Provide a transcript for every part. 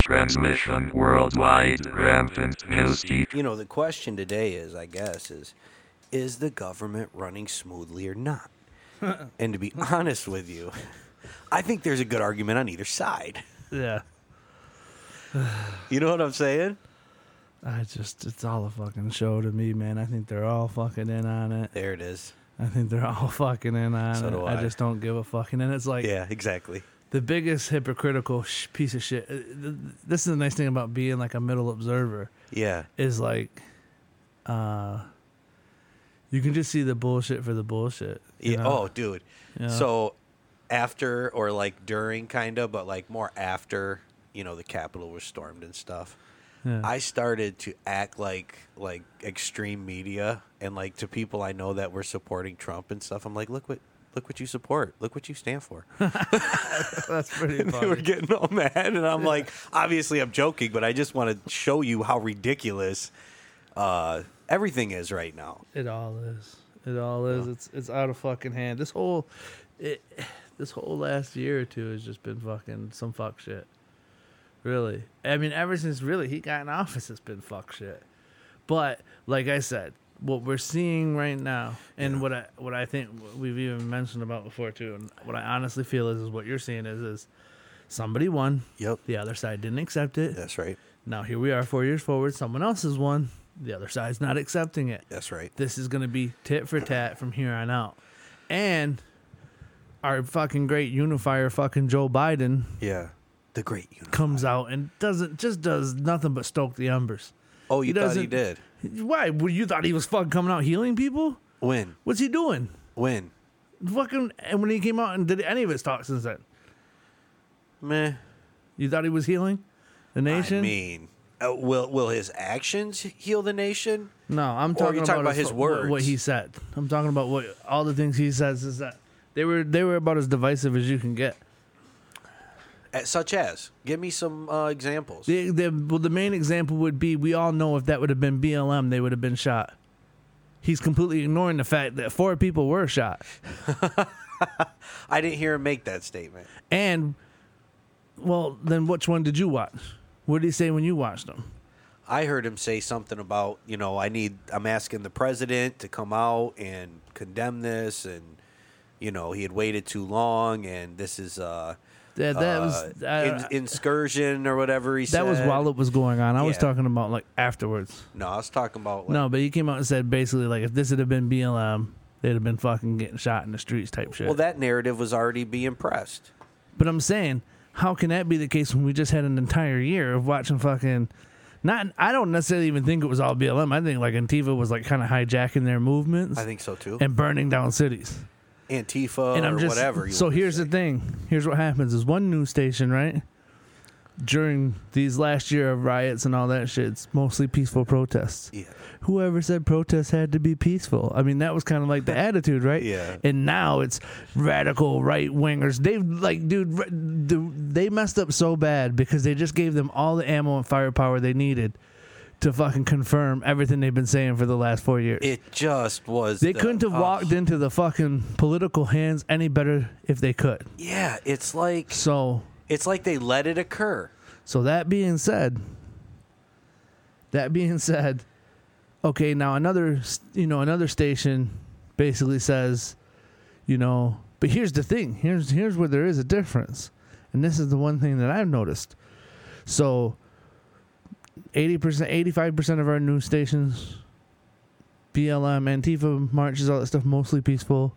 transmission worldwide rampant news chief. You know, the question today is, I guess, is is the government running smoothly or not? and to be honest with you, I think there's a good argument on either side. Yeah. You know what I'm saying? I just, it's all a fucking show to me, man. I think they're all fucking in on it. There it is. I think they're all fucking in on So it. do I. just don't give a fucking. And it's like Yeah, exactly. the biggest hypocritical sh- piece of shit. uh, th- th- This is the nice thing about being like a middle observer Yeah. is like, uh, you can just see the bullshit for the bullshit. you Yeah. know? Oh, dude. So after or like during kind of, but like more after, you know, the Capitol was stormed and stuff. Yeah. I started to act like like extreme media and like to people I know that were supporting Trump and stuff. I'm like, look what look what you support. Look what you stand for. that's pretty they were funny. getting all mad and i'm like obviously i'm joking but i just want to show you how ridiculous uh, everything is right now It all is. It all is. It's it's out of fucking hand. This whole, it, this whole last year or two has just been fucking some fuck shit. Really, I mean, ever since really he got in office, it's been fuck shit. But like I said, what we're seeing right now, and what I what I think we've even mentioned about before too, and what I honestly feel is, is what you're seeing is is somebody won, yep the other side didn't accept it. that's right Now here we are, four years forward, someone else has won, the other side's not accepting it that's right this is going to be tit for tat from here on out. And our fucking great unifier, fucking Joe Biden, yeah the great unifier. comes out and doesn't just does nothing but stoke the embers. oh you He thought he doesn't- did Why? Well, you thought he was fucking coming out healing people? when What's he doing? when Fucking and when he came out and did any of his talks since then, meh you thought he was healing the nation? i mean uh, will will his actions heal the nation No, I'm Or talking, you're about, talking about his fu- what- What, words. he said. I'm talking about what all the things he says is that they were they were about as divisive as you can get. Uh, such as give me some uh, examples The, the, well, the main example would be we all know if that would have been BLM, they would have been shot. He's completely ignoring the fact that four people were shot. i didn't hear him make that statement And, well, then which one did you watch? What did he say when you watched him? I heard him say something about, you know, I need I'm asking the president to come out and condemn this and you know, he had waited too long and this is uh That, that was uh, uh, in- inscursion or whatever he that said. was while it was going on. I was Yeah. talking about like afterwards. No, I was talking about like, No, but he came out and said basically like if this had have been BLM, they'd have been fucking getting shot in the streets type shit. well that narrative was already being pressed. But I'm saying, how can that be the case when we just had an entire year of watching fucking? Not, I don't necessarily even think it was all BLM. I think like Antifa was like kind of hijacking their movements I think so too. and burning down cities. Antifa and I'm or just whatever. You so wanna here's say. the thing. Here's what happens: is one news station right during these last year of riots and all that shit. It's mostly peaceful protests. Yeah. Whoever said protests had to be peaceful? I mean, that was kind of like the attitude, right? Yeah. And now it's radical right wingers. They've like, dude, r- the- they messed up so bad because they just gave them all the ammo and firepower they needed to fucking confirm everything they've been saying for the last four years. It just was they the- couldn't have oh, walked into the fucking political hands any better if they could. Yeah, it's like So, it's like they let it occur. so that being said, that being said, okay, now another, s- you know, another station basically says, you know, but here's the thing. Here's here's where there is a difference. And this is the one thing that I've noticed. So 80%, 85% of our news stations BLM, Antifa marches, all that stuff mostly peaceful.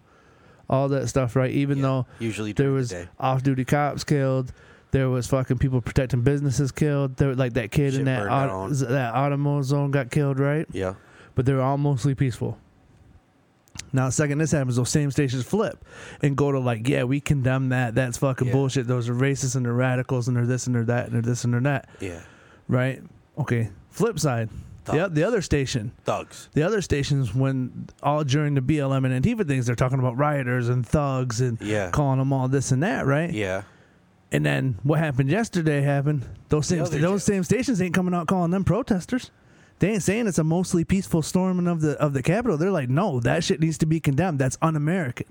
All that stuff, right? Even though Usually there during the was day. off-duty cops killed. There was fucking people protecting businesses killed. There, like that kid Shit in that burned auto, down. that automo zone got killed, right? Yeah. But they were all mostly peaceful. Now, the second this happens, those same stations flip and go to like, yeah, we condemn that. That's fucking Yeah. bullshit. Those are racists and they're radicals and they're this and they're that and they're this and they're that, Yeah. right? Okay. Flip side, the, Thugs. the other station, Thugs. the other stations when all during the BLM and Antifa things, they're talking about rioters and thugs and Yeah. calling them all this and that, right? Yeah. And then what happened yesterday happened. Those same other those jail. same stations ain't coming out calling them protesters. They ain't saying it's a mostly peaceful storming of the of the Capitol. They're like, no, that shit needs to be condemned. That's un-American.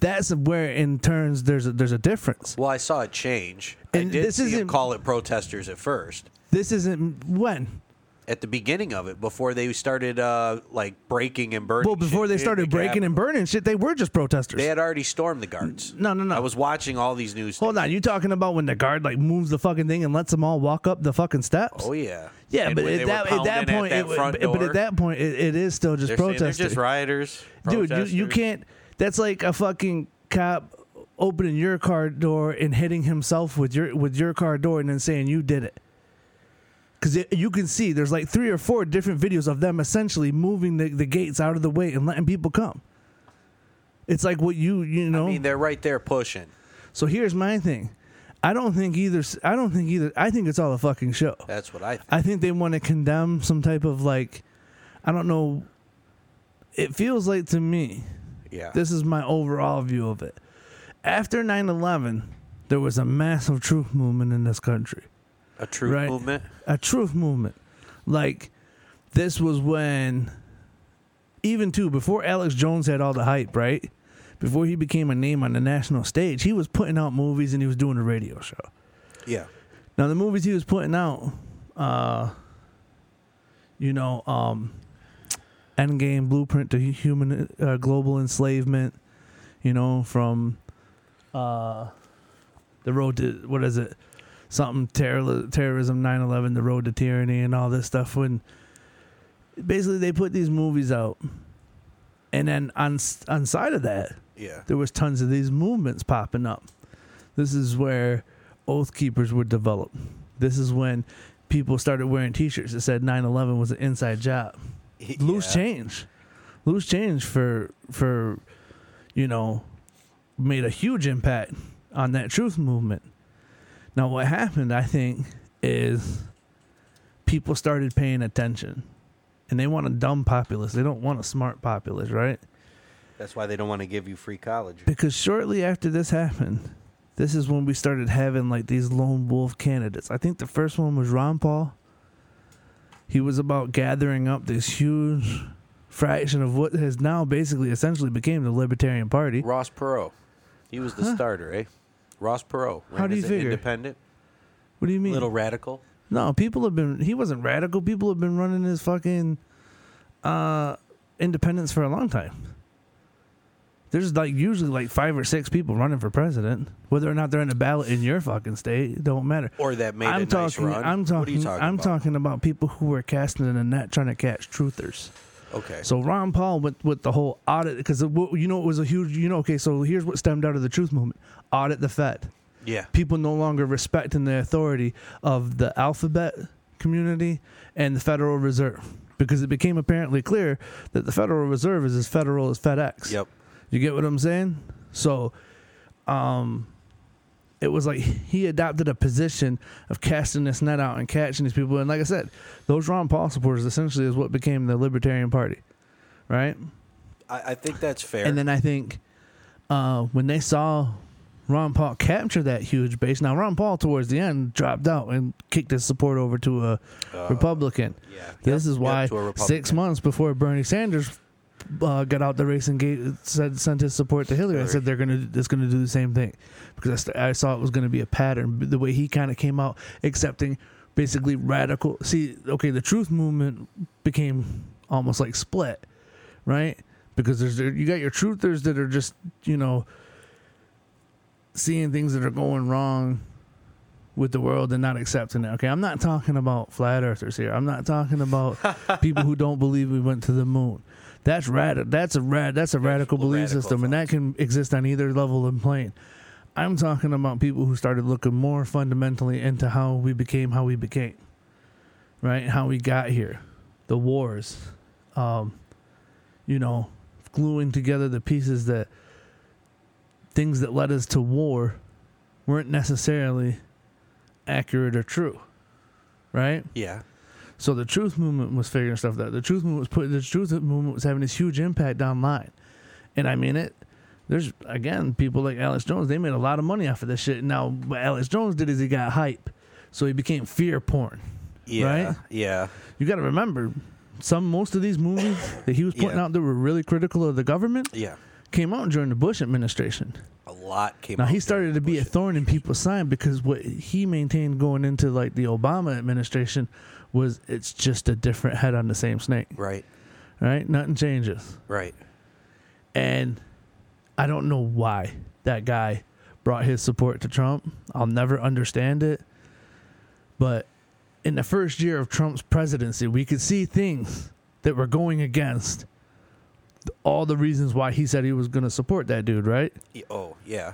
that's where in turns there's a, there's a difference. Well, I saw it change. I And did this see 'em isn't- call it protesters at first. This isn't when. At the beginning of it, before they started uh, like breaking and burning. Well, before shit they in started the breaking Capitol. and burning shit, they were just protesters. they had already stormed the guards. No, no, no. I was watching all these news. Hold on, you talking about when the guard like moves the fucking thing and lets them all walk up the fucking steps? Oh yeah. Yeah, And but when at they were that, at that pounding point, that it, would- front but- but door, at that point, it, it is still just they're saying they're protesting. just rioters, Dude, you, you protesters. can't. That's like a fucking cop opening your car door and hitting himself with your with your car door and then saying you did it. Because you can see there's like three or four different videos of them essentially moving the, the gates out of the way and letting people come. It's like what you you know. I mean, they're right there pushing. So here's my thing. I don't think either. I don't think either. I think it's all a fucking show. That's what I think. I think they want to condemn some type of like, I don't know. It feels like to me, Yeah. this is my overall view of it. After 9 11, there was a massive truth movement in this country, a true right. movement. a truth movement. Like, this was when, even too, before Alex Jones had all the hype, right? Before he became a name on the national stage, he was putting out movies and he was doing a radio show. Yeah. Now the movies he was putting out, uh, you know, um, Endgame, Blueprint to Human uh, Global Enslavement, you know, from uh, the road to what is it, something terror, terrorism, 9-11, the road to tyranny, and all this stuff. When basically they put these movies out, and then on s- on side of that, Yeah. there was tons of these movements popping up. This is where Oath Keepers were developed. This is when people started wearing T-shirts that said 9/11 was an inside job. Loose Yeah. change, loose change for for you know made a huge impact on that truth movement. Now what happened, I think, is people started paying attention, and they want a dumb populace. They don't want a smart populace, right? That's why they don't want to give you free college. Because shortly after this happened, this is when we started having like these lone wolf candidates. I think the first one was Ron Paul. He was about gathering up this huge fraction of what has now basically essentially became the Libertarian Party. Ross Perot. He was the starter, eh? Ross Perot. How ran do you as an figure? Independent, What do you mean? little radical. No, people have been. He wasn't radical. People have been running his fucking uh, independence for a long time. There's like usually like five or six people running for president. Whether or not they're in a ballot in your fucking state, it don't matter. Or that made a I'm nice talking. run. I'm talking. What are you talking I'm about? talking about people who were casting in a net trying to catch truthers. Okay. So Ron Paul went with the whole audit because you know it was a huge. You know, okay. So here's what stemmed out of the truth movement: audit the Fed yeah. people no longer respecting the authority of the alphabet community and the Federal Reserve because it became apparently clear that the Federal Reserve is as federal as FedEx. Yep. You get what I'm saying? So, um, it was like he adopted a position of casting this net out and catching these people. And like I said, those Ron Paul supporters essentially is what became the Libertarian Party, right? I, I think that's fair. And then I think uh, when they saw Ron Paul capture that huge base, now Ron Paul towards the end dropped out and kicked his support over to a Republican. yeah. This Yep, is yep, why to a Republican. six months before Bernie Sanders uh, got out the race and gave, said, sent his support to Hillary, I Hillary. said they're gonna it's gonna do the same thing because I, st- I saw it was gonna be a pattern. The way he kind of came out accepting basically radical. See, okay, the truth movement became almost like split, right? Because there's you got your truthers that are just you know seeing things that are going wrong with the world and not accepting it. Okay, I'm not talking about flat earthers here. I'm not talking about people who don't believe we went to the moon. That's rad. That's a rad. That's a radical belief radical system, and that can exist on either level and plane. I'm talking about people who started looking more fundamentally into how we became how we became, right? How we got here, the wars, um, you know, gluing together the pieces that things that led us to war weren't necessarily accurate or true, right? Yeah. So the truth movement was figuring stuff out. The truth movement was putting the truth movement was having this huge impact online, and I mean it. There's again people like Alex Jones. They made a lot of money off of this shit. Now what Alex Jones did is he got hype, so he became fear porn. Yeah. Right? Yeah. You got to remember, some most of these movies that he was putting Yeah. out that were really critical of the government Yeah. came out during the Bush administration. A lot came. Now out he during started the to be a Bush thorn in people's side because what he maintained going into like the Obama administration was it's just a different head on the same snake, administration. Right. right? Nothing changes. Right. And I don't know why that guy brought his support to Trump. I'll never understand it. But in the first year of Trump's presidency, we could see things that were going against all the reasons why he said he was going to support that dude, right? Y- Oh yeah.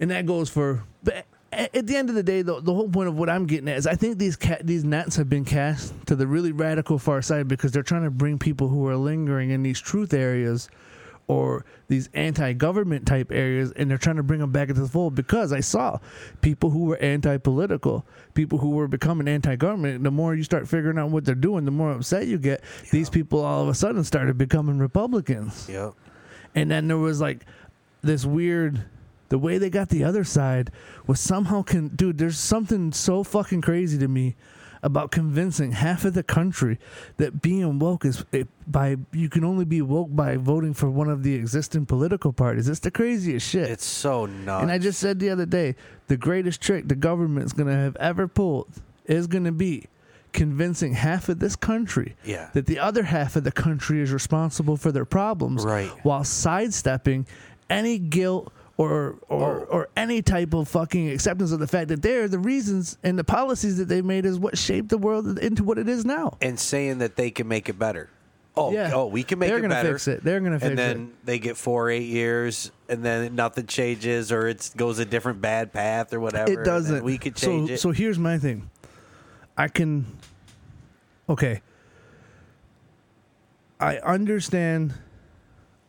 and that goes for. But a- at the end of the day, the the whole point of what I'm getting at is, I think these ca- these nets have been cast to the really radical far side because they're trying to bring people who are lingering in these truth areas or these anti-government type areas, and they're trying to bring them back into the fold. Because I saw people who were anti-political, people who were becoming anti-government. The more you start figuring out what they're doing, the more upset you get. These people all of a sudden started becoming Republicans Yep. and then there was like this weird the way they got the other side was somehow con dude there's something so fucking crazy to me about convincing half of the country that being woke is it, by you can only be woke by voting for one of the existing political parties it's the craziest shit It's so nuts. and i just said the other day the greatest trick the government's gonna have ever pulled is gonna be convincing half of this country Yeah. that the other half of the country is responsible for their problems Right. while sidestepping any guilt or or, Oh. or any type of fucking acceptance of the fact that they're the reasons and the policies that they made is what shaped the world into what it is now. and saying that they can make it better. Oh, Yeah. oh, we can make They're it gonna better. fix it. They're gonna fix And then they get four, eight years, and then nothing changes, or it goes a different bad path, or whatever. and It then doesn't. We could change so, it. So here's my thing. I can. Okay. I understand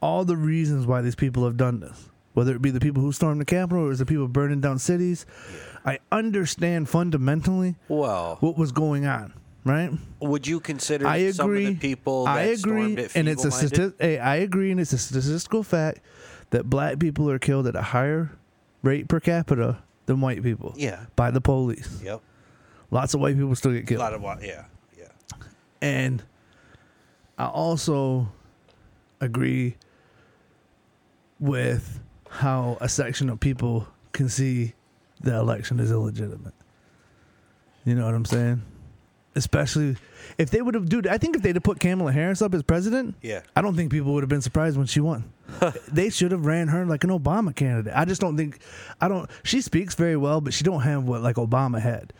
all the reasons why these people have done this, whether it be the people who stormed the Capitol or it's the people burning down cities. I understand fundamentally well, what was going on, right? would you consider I agree. some of the people that I agree, stormed it and it's a feeble-minded? stati- hey, I agree, and it's a statistical fact that black people are killed at a higher rate per capita than white people. Yeah. by the police. Yep. Lots of white people still get A killed. lot of wa- yeah, yeah. and I also agree with how a section of people can see the election is illegitimate. You know what I'm saying? Especially if they would have, dude. I think if they'd have put Kamala Harris up as president, Yeah. I don't think people would have been surprised when she won. they should have ran her like an Obama candidate. I just don't think, I don't. She speaks very well, but she don't have what like Obama had.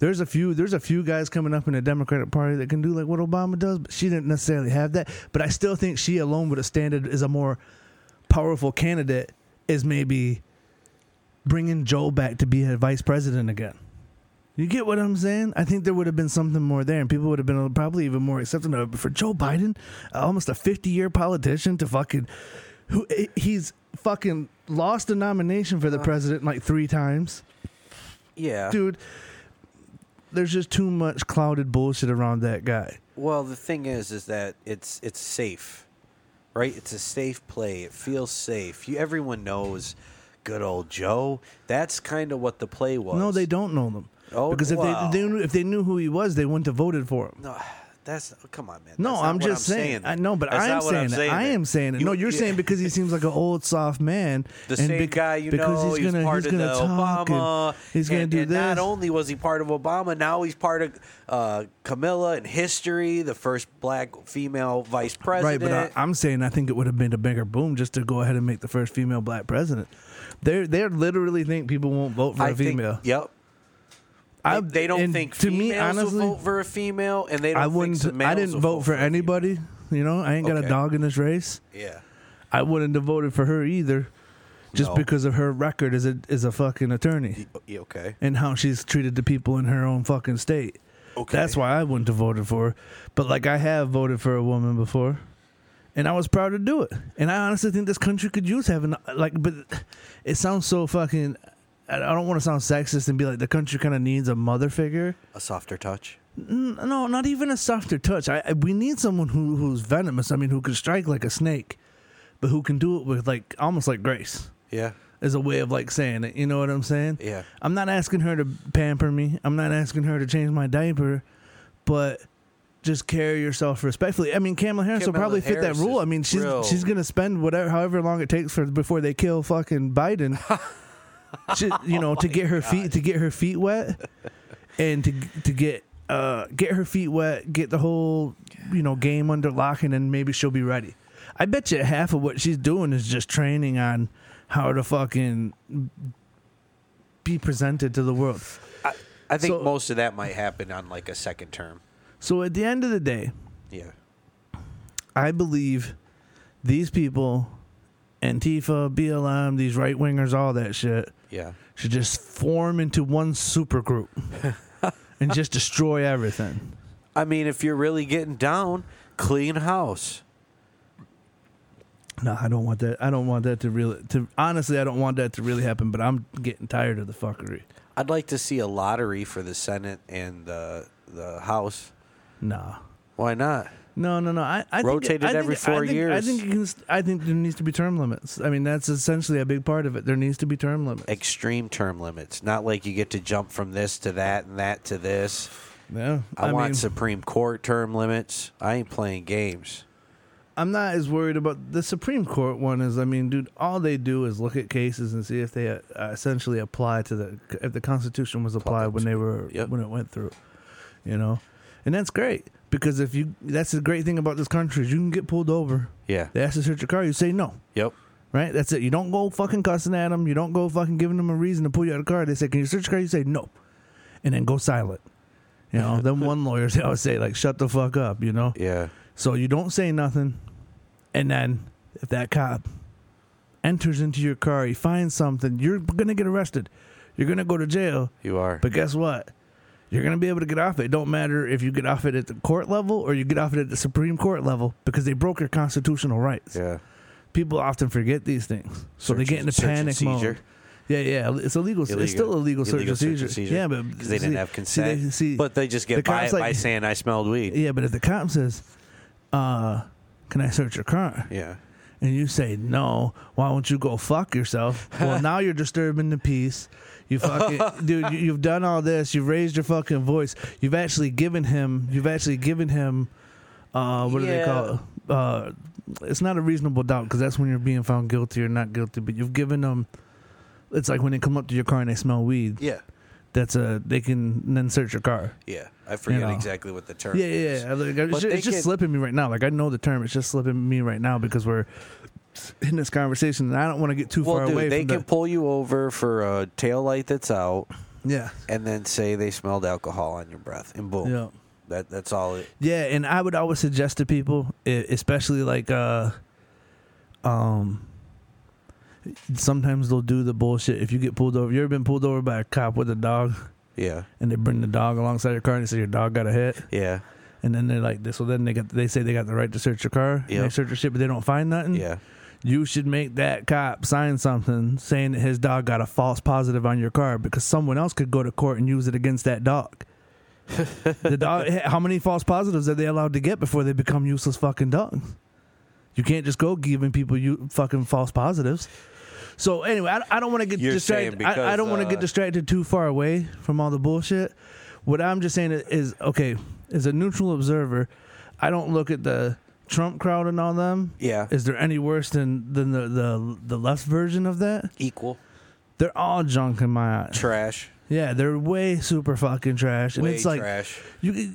There's a few, there's a few guys coming up in the Democratic Party that can do like what Obama does, but she didn't necessarily have that. But I still think she alone would have standard as a more powerful candidate is maybe bringing Joe back to be a vice president again. You get what I'm saying? I think there would have been something more there, and people would have been probably even more accepting of it. But for Joe Biden, almost a 50 year politician, to fucking who eh, he's fucking lost the nomination for the Uh-huh. president like three times, Yeah. dude. There's just too much clouded bullshit around that guy. Well, the thing is, is that it's it's safe, right? It's a safe play. It feels safe. You everyone knows, good old Joe. That's kind of what the play was. No, they don't know them. Oh, because if wow. they, they knew- if they knew who he was, they wouldn't have voted for him. No, that's come on, man. No, That's not I'm what just saying. I know, but That's I'm not what saying, it. I there. am saying it. You- no, you're you- saying because he seems like an old soft man. the and same bec- guy you because know. He's, he's gonna part he's of gonna the talk and Obama. he's gonna and, do and this. Not only was he part of Obama, now he's part of uh, Camilla in history, the first black female vice right, president. but I, I'm saying I think it would have been a bigger boom just to go ahead and make the first female black president. They they literally think people won't vote for a I think- female. Yep. I, they, they don't and think to females me honestly will vote for a female, and they don't. I wouldn't. Think some I males will didn't vote for a female. anybody. You know, I ain't got Okay. a dog in this race. Yeah, I wouldn't have voted for her either, just No. because of her record as a as a fucking attorney. Yeah, okay. and how she's treated the people in her own fucking state. Okay. That's why I wouldn't have voted for her. But like I have voted for a woman before. And I was proud to do it. And I honestly think this country could use having like but it sounds so fucking I I don't want to sound sexist and be like the country kind of needs a mother figure. A softer touch. N- No, not even a softer touch. I, I we need someone who who's venomous. I mean, who can strike like a snake, but who can do it with like almost like grace Yeah, as a way of like saying it. You know what I'm saying? Yeah. I'm not asking her to pamper me. I'm not asking her to change my diaper, but just carry yourself respectfully. I mean, Kamala Harris will Kamala probably fit Harris that rule. is I mean, she's real. she's gonna spend whatever, however long it takes for before they kill fucking Biden. to, you know, Oh to get her feet to get her feet wet, and to to get uh get her feet wet, get the whole you know game under lock, and then maybe she'll be ready. I bet you half of what she's doing is just training on how to fucking be presented to the world. I, I think So- most of that might happen on like a second term. So at the end of the day, Yeah. I believe these people, Antifa, BLM, these right wingers, all that shit, Yeah. should just form into one super group and just destroy everything. I mean, if you're really getting down, clean house. No, I don't want that. I don't want that to really. To honestly, I don't want that to really happen. But I'm getting tired of the fuckery. I'd like to see a lottery for the Senate and the the House. Nah. Why not? No, no, no. I, I Rotate it think, I every think- I four think- I years. think you can, st- I think there needs to be term limits. I mean, that's essentially a big part of it. There needs to be term limits. Extreme term limits. Not like you get to jump from this to that and that to this. yeah, I, want mean, Supreme Court term limits. I ain't playing games. I'm not as worried about the Supreme Court one. Is I mean, dude, all they do is look at cases and see if they uh, essentially apply to the if the Constitution was applied when they were Yep. when it went through, you know, and that's great because if you that's the great thing about this country is you can get pulled over. Yeah. They ask to search your car, you say no. Yep. Right? That's it. You don't go fucking cussing at them. You don't go fucking giving them a reason to pull you out of the car. They say, "Can you search your car?" You say no, and then go silent. You know, them one lawyers they always say like, "Shut the fuck up," you know. Yeah. So you don't say nothing, and then if that cop enters into your car, he finds something, you're gonna get arrested. You're gonna go to jail. You are. But guess what? You're gonna be able to get off it. It don't matter if you get off it at the court level or you get off it at the Supreme Court level because they broke your constitutional rights. yeah. People often forget these things, so they Search get and- into search and panic mode. seizure. Yeah, yeah, it's illegal. Illegal- It's still illegal, search and illegal seizure. Yeah, but because they see- didn't have see, they- consent. see- but they just the get by cops it by like- saying I smelled weed. yeah, but if the cop says, uh, "Can I search your car?" Yeah. and you say no, why won't you go fuck yourself? Well, now you're disturbing the peace. You fucking dude, you, you've done all this. You've raised your fucking voice. You've actually given him. You've actually given him. Uh, what do they call? It? Uh, it's not a reasonable doubt because that's when you're being found guilty or not guilty. But you've given them. It's like when they come up to your car and they smell weed. Yeah. That's a they can then search your car. Yeah. I forget know. exactly what the term Yeah, is. yeah. yeah. Like, it's But ju- they it's just can- slipping me right now. Like I know the term. It's just slipping me right now because we're in this conversation, and I don't want to get too Well, far away. dude, they from can the, pull you over for a tail light that's out, yeah, and then say they smelled alcohol on your breath, and boom. yeah, That that's all. It, yeah. And I would always suggest to people, e- especially like, uh, um, sometimes they'll do the bullshit. If you get pulled over, you ever been pulled over by a cop with a dog, yeah. and they bring the dog alongside your car and they say your dog got a hit, Yeah. and then they're like, this. So then they got they say they got the right to search your car. and Yeah. They search your shit, but they don't find nothing. Yeah. you should make that cop sign something saying that his dog got a false positive on your car because someone else could go to court and use it against that dog. the dog how many false positives are they allowed to get before they become useless fucking dogs? You can't just go giving people you fucking false positives. So anyway, I, I don't want to get You're distracted. saying I, I don't because, want to uh, get distracted too far away from all the bullshit. What I'm just saying is, okay, as a neutral observer, I don't look at the Trump crowd and all them Yeah. is there any worse than than the the the left version of that? Equal They're all junk in my eyes. trash. Yeah, they're way super fucking trash, and Way it's like trash. you.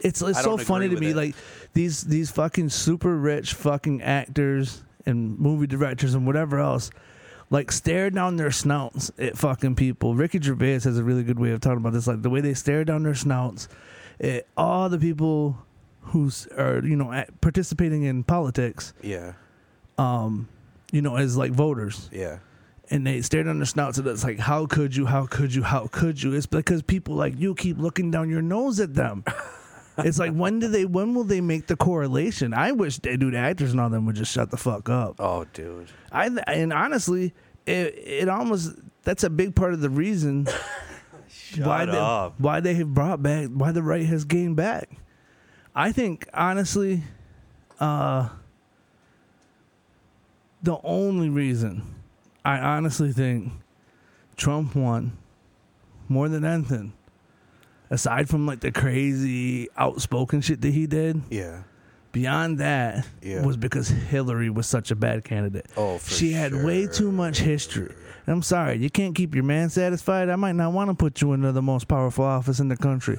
It's I it's so don't funny agree to with me, it. like these these fucking super rich fucking actors and movie directors and whatever else. Like stare down their snouts at fucking people. Ricky Gervais has a really good way of talking about this. Like the way they stare down their snouts at all the people who are you know at, participating in politics Yeah. um, you know, as like voters, Yeah. and they stared on their snouts and it's like, how could you? How could you? How could you? It's because people like you keep looking down your nose at them. it's like when do they? When will they make the correlation? I wish they do. The actors and all them would just shut the fuck up. Oh, dude. I and honestly, it it almost that's a big part of the reason why they up. why they have brought back why the right has gained back. I think honestly, uh, the only reason I honestly think Trump won more than anything aside from like the crazy outspoken shit that he did, Yeah. beyond that Yeah. was because Hillary was such a bad candidate. Oh, for she had way too much history. And I'm sorry, you can't keep your man satisfied. I might not want to put you into the most powerful office in the country.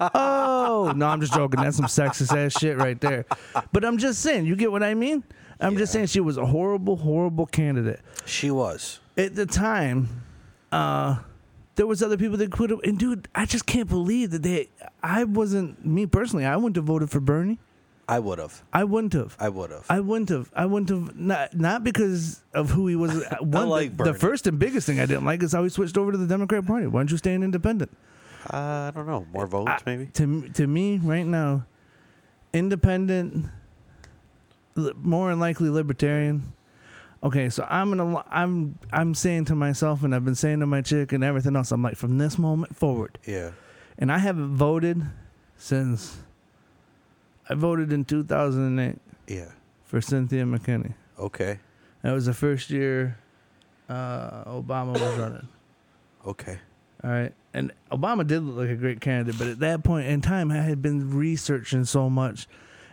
oh no, I'm just joking. That's some sexist ass shit right there. But I'm just saying, you get what I mean. I'm just saying she was a horrible, horrible candidate She was. at the time, uh, there was other people that could have. And dude, I just can't believe that they. I wasn't me personally. I wouldn't have voted for Bernie. I would have. I wouldn't have. I would have. I wouldn't have. I wouldn't have. Not not because of who he was. One, like the, the Bernie. first and biggest thing I didn't like is how he switched over to the Democrat Party. Why don't you stay an independent? Eh, I don't know. More votes, I- maybe. to to me right now, independent, li- more than likely libertarian. Okay, so I'm gonna li- I'm I'm saying to myself, and I've been saying to my chick and everything else. I'm like, from this moment forward, Yeah. and I haven't voted since I voted in 2008 Yeah. for Cynthia McKinney. Okay. That was the first year uh, Obama was running. Okay. All right. And Obama did look like a great candidate, but at that point in time, I had been researching so much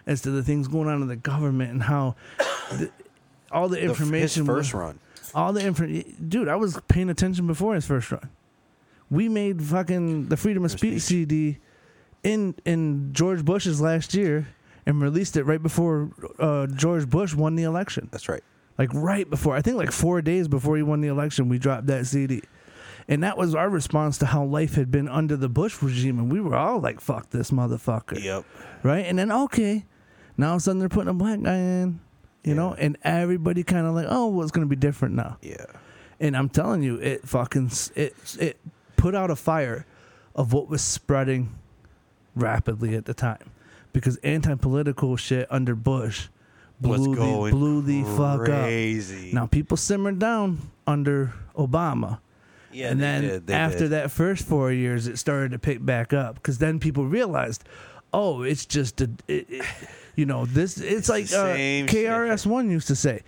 as to the things going on in the government and how the, all the The f- information. His was- first run. All the information. Dude, I was paying attention before his first run. We made fucking the Freedom of Free speech. Speech CD in in George Bush's last year and released it right before uh, George Bush won the election That's right. like right before i think like four days before he won the election we dropped that cd and that was our response to how life had been under the bush regime and we were all like fuck this motherfucker Yep. right and then okay now all of a sudden they're putting a black guy in you know Yeah. and everybody kind of like oh well it's gonna be different now Yeah. and i'm telling you it fucking s- it it put out a fire of what was spreading rapidly at the time because anti-political shit under bush Was blew the, going blew the fuck up crazy. now people simmered down under Obama, Yeah. and they then did, they after did. that first four years, it started to pick back up because then people realized, oh, it's just a, it, it- you know, this it's, like the uh, same KRS One used to say,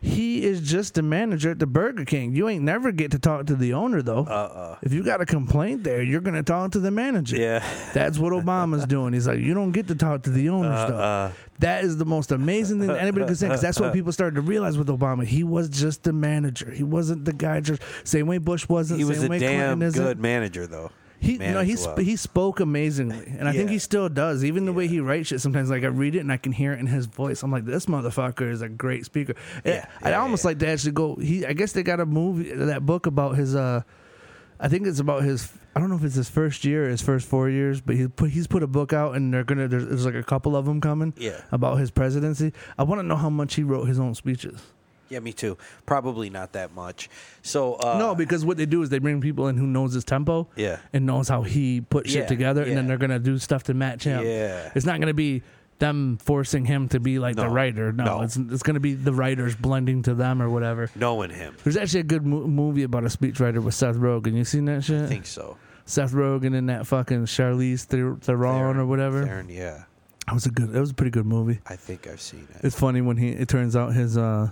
he is just the manager at the Burger King. You ain't never get to talk to the owner though. Uh, Uh-uh. If you got a complaint there, you're gonna talk to the manager. Yeah. That's what Obama's doing. He's like, you don't get to talk to the owners, Uh, though. that is the most amazing thing that anybody could say because that's what people started to realize with Obama. He was just the manager. He wasn't the guy. Just same way Bush wasn't. He was same a way damn Clinton isn't. good manager, though. He, you know, Managed he well. sp- he spoke amazingly, and I think Yeah. he still does. Even the way he writes shit, sometimes like I read it and I can hear it in his voice. I'm like, this motherfucker is a great speaker. And Yeah, I'd yeah, almost yeah. like to actually go. He, I guess they got a movie, that book about his. uh I think it's about his. I don't know if it's his first year, or his first four years, but he put he's put a book out, and they're gonna. There's, there's like a couple of them coming. Yeah. About his presidency, I want to know how much he wrote his own speeches. Yeah, me too. Probably not that much. So uh, no, because what they do is they bring people in who knows his tempo, Yeah. and knows how he put shit Yeah, together, and then yeah. they're gonna do stuff to match him. Yeah. it's not gonna be them forcing him to be like the No, writer. No, no. it's it's gonna be the writers blending to them or whatever. knowing him, There's actually a good mo- movie about a speechwriter with Seth Rogen. You seen that shit? I think so. Seth Rogen and that fucking Charlize Ther- Theron or whatever. Theron, yeah, That was a good. That was a pretty good movie. I think I've seen it. It's funny when he. It turns out his uh,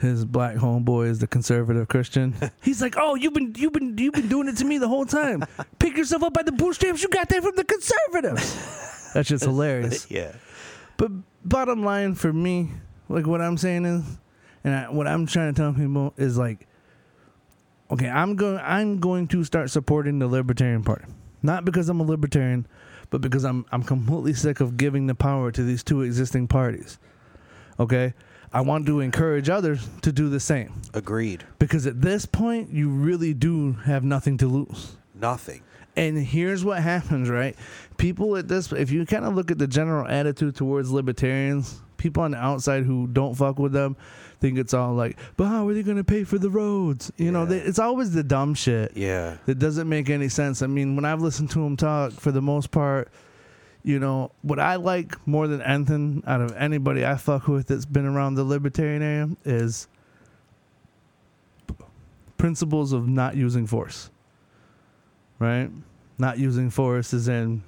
his black homeboy is the conservative Christian. He's like, "Oh, you've been you've been you've been doing it to me the whole time. Pick yourself up by the bootstraps. You got that from the conservatives." That's just hilarious. yeah, But bottom line for me, like what I'm saying is, and I, what I'm trying to tell people is like, okay, I'm going, I'm going to start supporting the Libertarian Party, not because I'm a libertarian, but because I'm, I'm completely sick of giving the power to these two existing parties. Okay, I want to encourage others to do the same agreed. because at this point, you really do have nothing to lose. Nothing. And here's what happens, right? People at this, if you kind of look at the general attitude towards libertarians, people on the outside who don't fuck with them think it's all like, but how are they going to pay for the roads? You know, Yeah. they, it's always the dumb shit Yeah, that doesn't make any sense. I mean, when I've listened to him talk, for the most part, you know, what I like more than anything out of anybody I fuck with that's been around the libertarian area is principles of not using force. Right? Not using force is in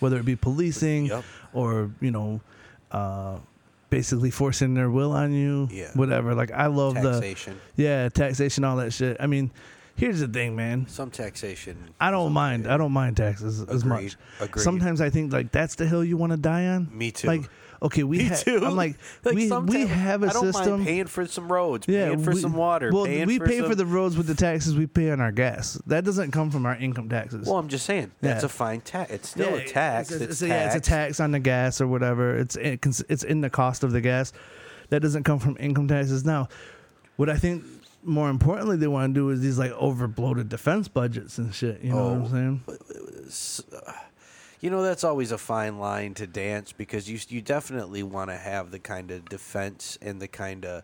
whether it be policing Yep. or, you know, uh, basically forcing their will on you, Yeah. whatever. Like I love the taxation. yeah, taxation, all that shit. I mean, Here's the thing, man. Some taxation. I don't mind. I don't mind taxes as Agreed. much. Agreed. Sometimes I think like that's the hill you want to die on. Me too. Like okay, we ha- too. I'm like, we we sometimes- have a I don't mind system. paying for some roads, yeah, paying for we- some water. Well, paying we for pay some, for the roads with the taxes we pay on our gas. That doesn't come from our income taxes. Well, I'm just saying that's Yeah. a fine tax. It's still Yeah, a tax. It's, It's, a- it's a, yeah, it's a taxed. tax on the gas or whatever. It's in, cons- it's in the cost of the gas. That doesn't come from income taxes. Now, what I think more importantly they want to do is these like overbloated defense budgets and shit. You know what I'm Oh. saying? You know that's always a fine line to dance because you you definitely want to have the kind of defense and the kind of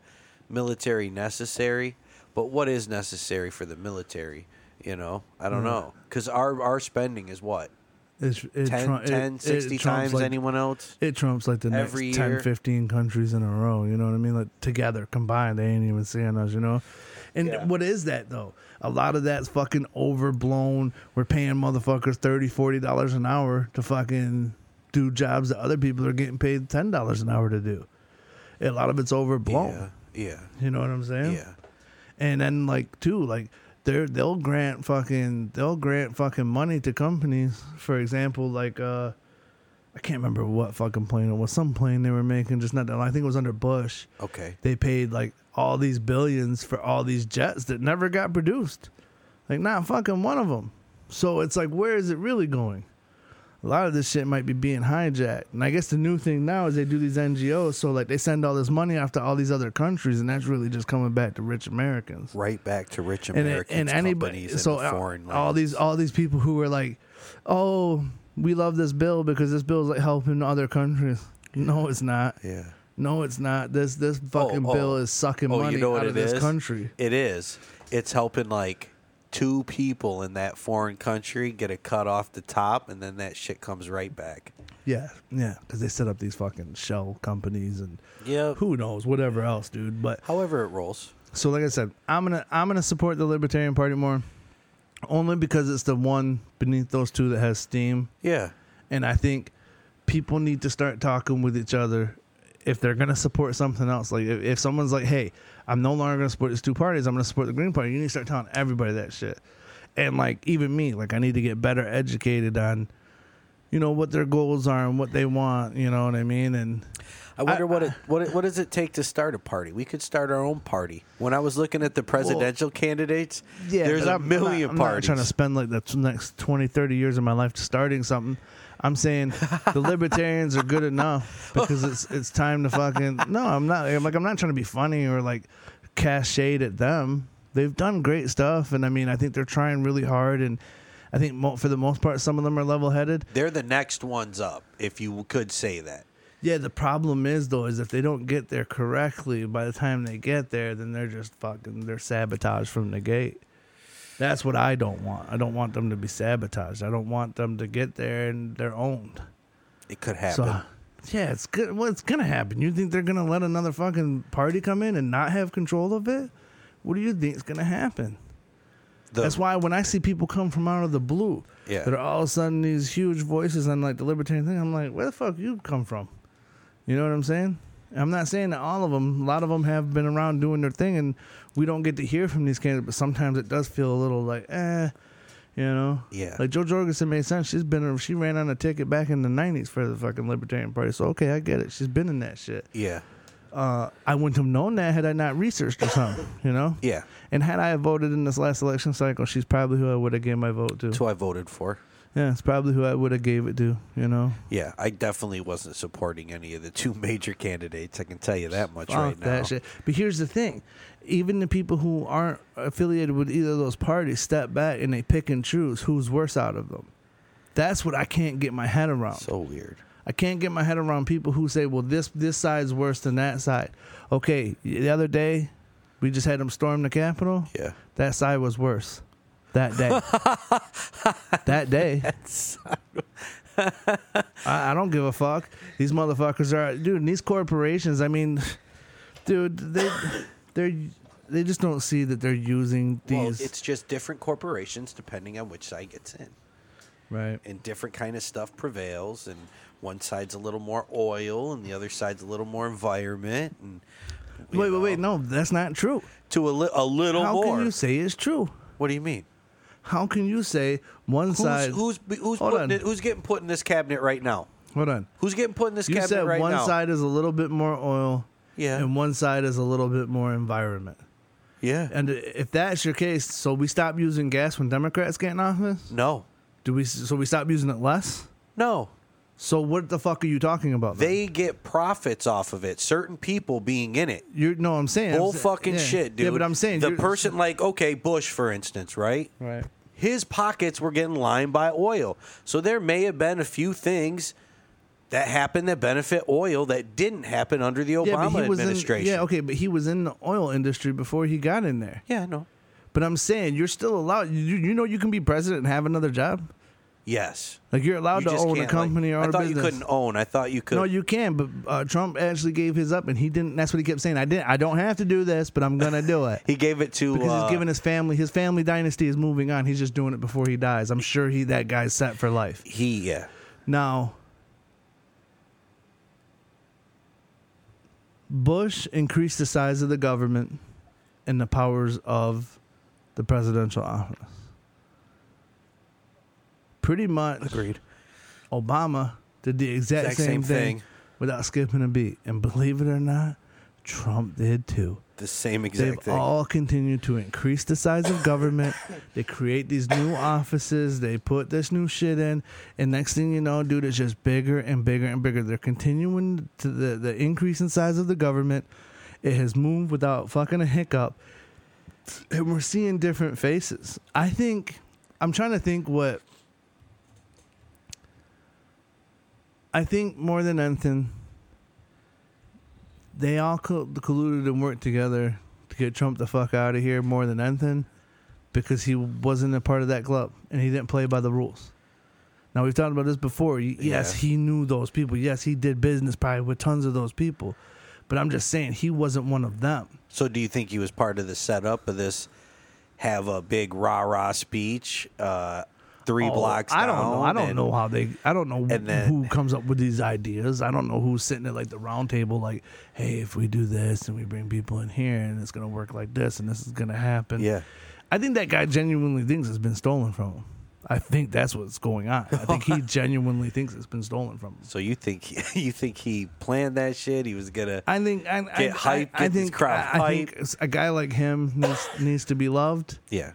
military necessary, but what is necessary for the military? You know, I Mm. don't know because our our spending is what It's, it 10, trump- it- 10 it 60 trumps, times like, anyone else. It trumps like the next every 10, year. 15 countries in a row. You know what I mean? Like together, combined, they ain't even seeing us, you know? And Yeah. what is that though? A lot of that's fucking overblown. We're paying motherfuckers $30, $40 an hour to fucking do jobs that other people are getting paid $10 an hour to do. A lot of it's overblown. Yeah, You know what I'm saying? yeah, yeah. And then like too, like they're they'll grant fucking they'll grant fucking money to companies. For example, like uh I can't remember what fucking plane it was, some plane they were making just not that long. I think it was under Bush. Okay. They paid like all these billions for all these jets that never got produced. Like not fucking one of them. So it's like where is it really going? A lot of this shit might be being hijacked. And I guess the new thing now is they do these NGOs, so like they send all this money off to all these other countries and that's really just coming back to rich Americans Right back to rich and, Americans, and anybody companies in so the all- foreign all lands. these all these people who were like oh we love this bill because this bill's like helping other countries no it's not yeah. no it's not this this fucking oh. bill is sucking Oh, you money know what out of it this is? country It is. It's helping like two people in that foreign country get a cut off the top, and then that shit comes right back. yeah yeah because they set up these fucking shell companies and Yeah. who knows whatever else dude but However, it rolls. So like I said, I'm gonna I'm gonna support the Libertarian Party more, only because it's the one beneath those two that has steam, Yeah. and I think people need to start talking with each other if they're gonna support something else. Like if, if someone's like, "Hey, I'm no longer gonna support these two parties. I'm gonna support the Green Party," you need to start telling everybody that shit. And like even me, like I need to get better educated on, you know, what their goals are and what they want. You know what I mean? And I wonder what it what it, what does it take to start a party? We could start our own party. When I was looking at the presidential candidates, there's but a I'm- I'm not- 1000000 I'm not, parties. trying to spend like the t- next 20, 30 years of my life to starting something. I'm saying the libertarians are good enough because it's it's time to fucking no. I'm not. I'm like I'm not trying to be funny or like cast shade at them. They've done great stuff, and I mean I think they're trying really hard, and I think mo- for the most part some of them are level headed. They're the next ones up, if you could say that. Yeah, the problem is though is if they don't get there correctly by the time they get there, then they're just fucking they're sabotaged from the gate. That's what I don't want. I don't want them to be sabotaged. I don't want them to get there and they're owned. It could happen. uh, So yeah, it's good. Well, it's gonna happen. You think they're gonna let another fucking party come in and not have control of it? What do you think is gonna happen? The- That's why when I see people come from out of the blue, Yeah. that are all of a sudden these huge voices on like the libertarian thing, I'm like, where the fuck you come from? You know what I'm saying? I'm not saying that all of them. A lot of them have been around doing their thing, and we don't get to hear from these candidates. But sometimes it does feel a little like, eh, you know? Yeah. Like Joe Jorgensen made sense. She's been she ran on a ticket back in the '90s for the fucking Libertarian Party. So okay, I get it. She's been in that shit. yeah. Uh, I wouldn't have known that had I not researched or something. You know? Yeah. And had I voted in this last election cycle, she's probably who I would have gave my vote to. That's who I voted for. Yeah, it's probably who I would have gave it to. You know, Yeah, I definitely wasn't supporting any of the two major candidates. I can tell you that much Fuck right now. that shit. But here's the thing: even the people who aren't affiliated with either of those parties step back and they pick and choose who's worse out of them. That's what I can't get my head around. So weird. I can't get my head around people who say, "Well, this this side's worse than that side." Okay, the other day we just had them storm the Capitol. Yeah. That side was worse. That day. that day. I, I don't give a fuck. These motherfuckers are dude, and these corporations, I mean dude, they they're they just don't see that they're using these Well, it's just different corporations depending on which side gets in, right. and different kind of stuff prevails. And one side's a little more oil, and the other side's a little more environment. And you Wait, wait, wait, know, no, that's not true. to a, li- a little How more. can you say it's true? What do you mean? How can you say one Who's side? who's who's, Hold on. putting it, who's getting put in this cabinet right now? hold on. Who's getting put in this You cabinet said right one now? side is a little bit more oil, Yeah. and one side is a little bit more environment. yeah. And if that's your case, so we stop using gas when Democrats get in office. no. Do we? So we stop using it less. No. So what the fuck are you talking about? then? They get profits off of it. Certain people being in it. You're no, I'm saying Bull I'm sa- fucking yeah. shit, dude. Yeah, but I'm saying the you're- person like okay, Bush for instance, right? Right. His pockets were getting lined by oil. So there may have been a few things that happened that benefit oil that didn't happen under the Obama Yeah, but he was administration. In, yeah, okay, but he was in the oil industry before he got in there. Yeah, no. But I'm saying you're still allowed. You, you know you can be president and have another job. Yes. Like you're allowed You to just own a can't, company like, I or a thought business. you couldn't own. I thought you could. No, you can. But uh, Trump actually gave his up, and he didn't. That's what he kept saying. I didn't. I don't have to do this, but I'm gonna do it. he gave it to Because uh, he's giving his family, his family dynasty is moving on. He's just doing it before he dies. I'm sure he that guy's set for life. he yeah. Now, Bush increased the size of the government and the powers of the presidential office. Pretty much, Agreed. Obama did the exact, Exact same same, thing, thing. without skipping a beat. And believe it or not, Trump did too. The same They've exact thing. all continued to increase the size of government. they create these new offices. They put this new shit in, and next thing you know, dude, it's just bigger and bigger and bigger. They're continuing to the the increase in size of the government. It has moved without fucking a hiccup, and we're seeing different faces. I think I'm trying to think what. I think more than anything, they all co- colluded and worked together to get Trump the fuck out of here more than anything because he wasn't a part of that club and he didn't play by the rules. Now we've talked about this before. Y- Yes, Yeah. he knew those people. Yes, he did business probably with tons of those people. But I'm just saying he wasn't one of them. So, do you think he was part of the setup of this? Have a big rah rah speech, uh, three Oh, blocks. I don't know. down I don't and- know how they. I don't know and then- who comes up with these ideas. I don't know who's sitting at like the round table, like, hey, if we do this and we bring people in here and it's gonna work like this and this is gonna happen. Yeah. I think that guy genuinely thinks it's been stolen from him. I think that's what's going on. I think he genuinely thinks it's been stolen from him. So you think he, you think he planned that shit? He was gonna. I think I, I, Get hype, I, I get this think crowd I, I think a guy like him needs, needs to be loved. yeah.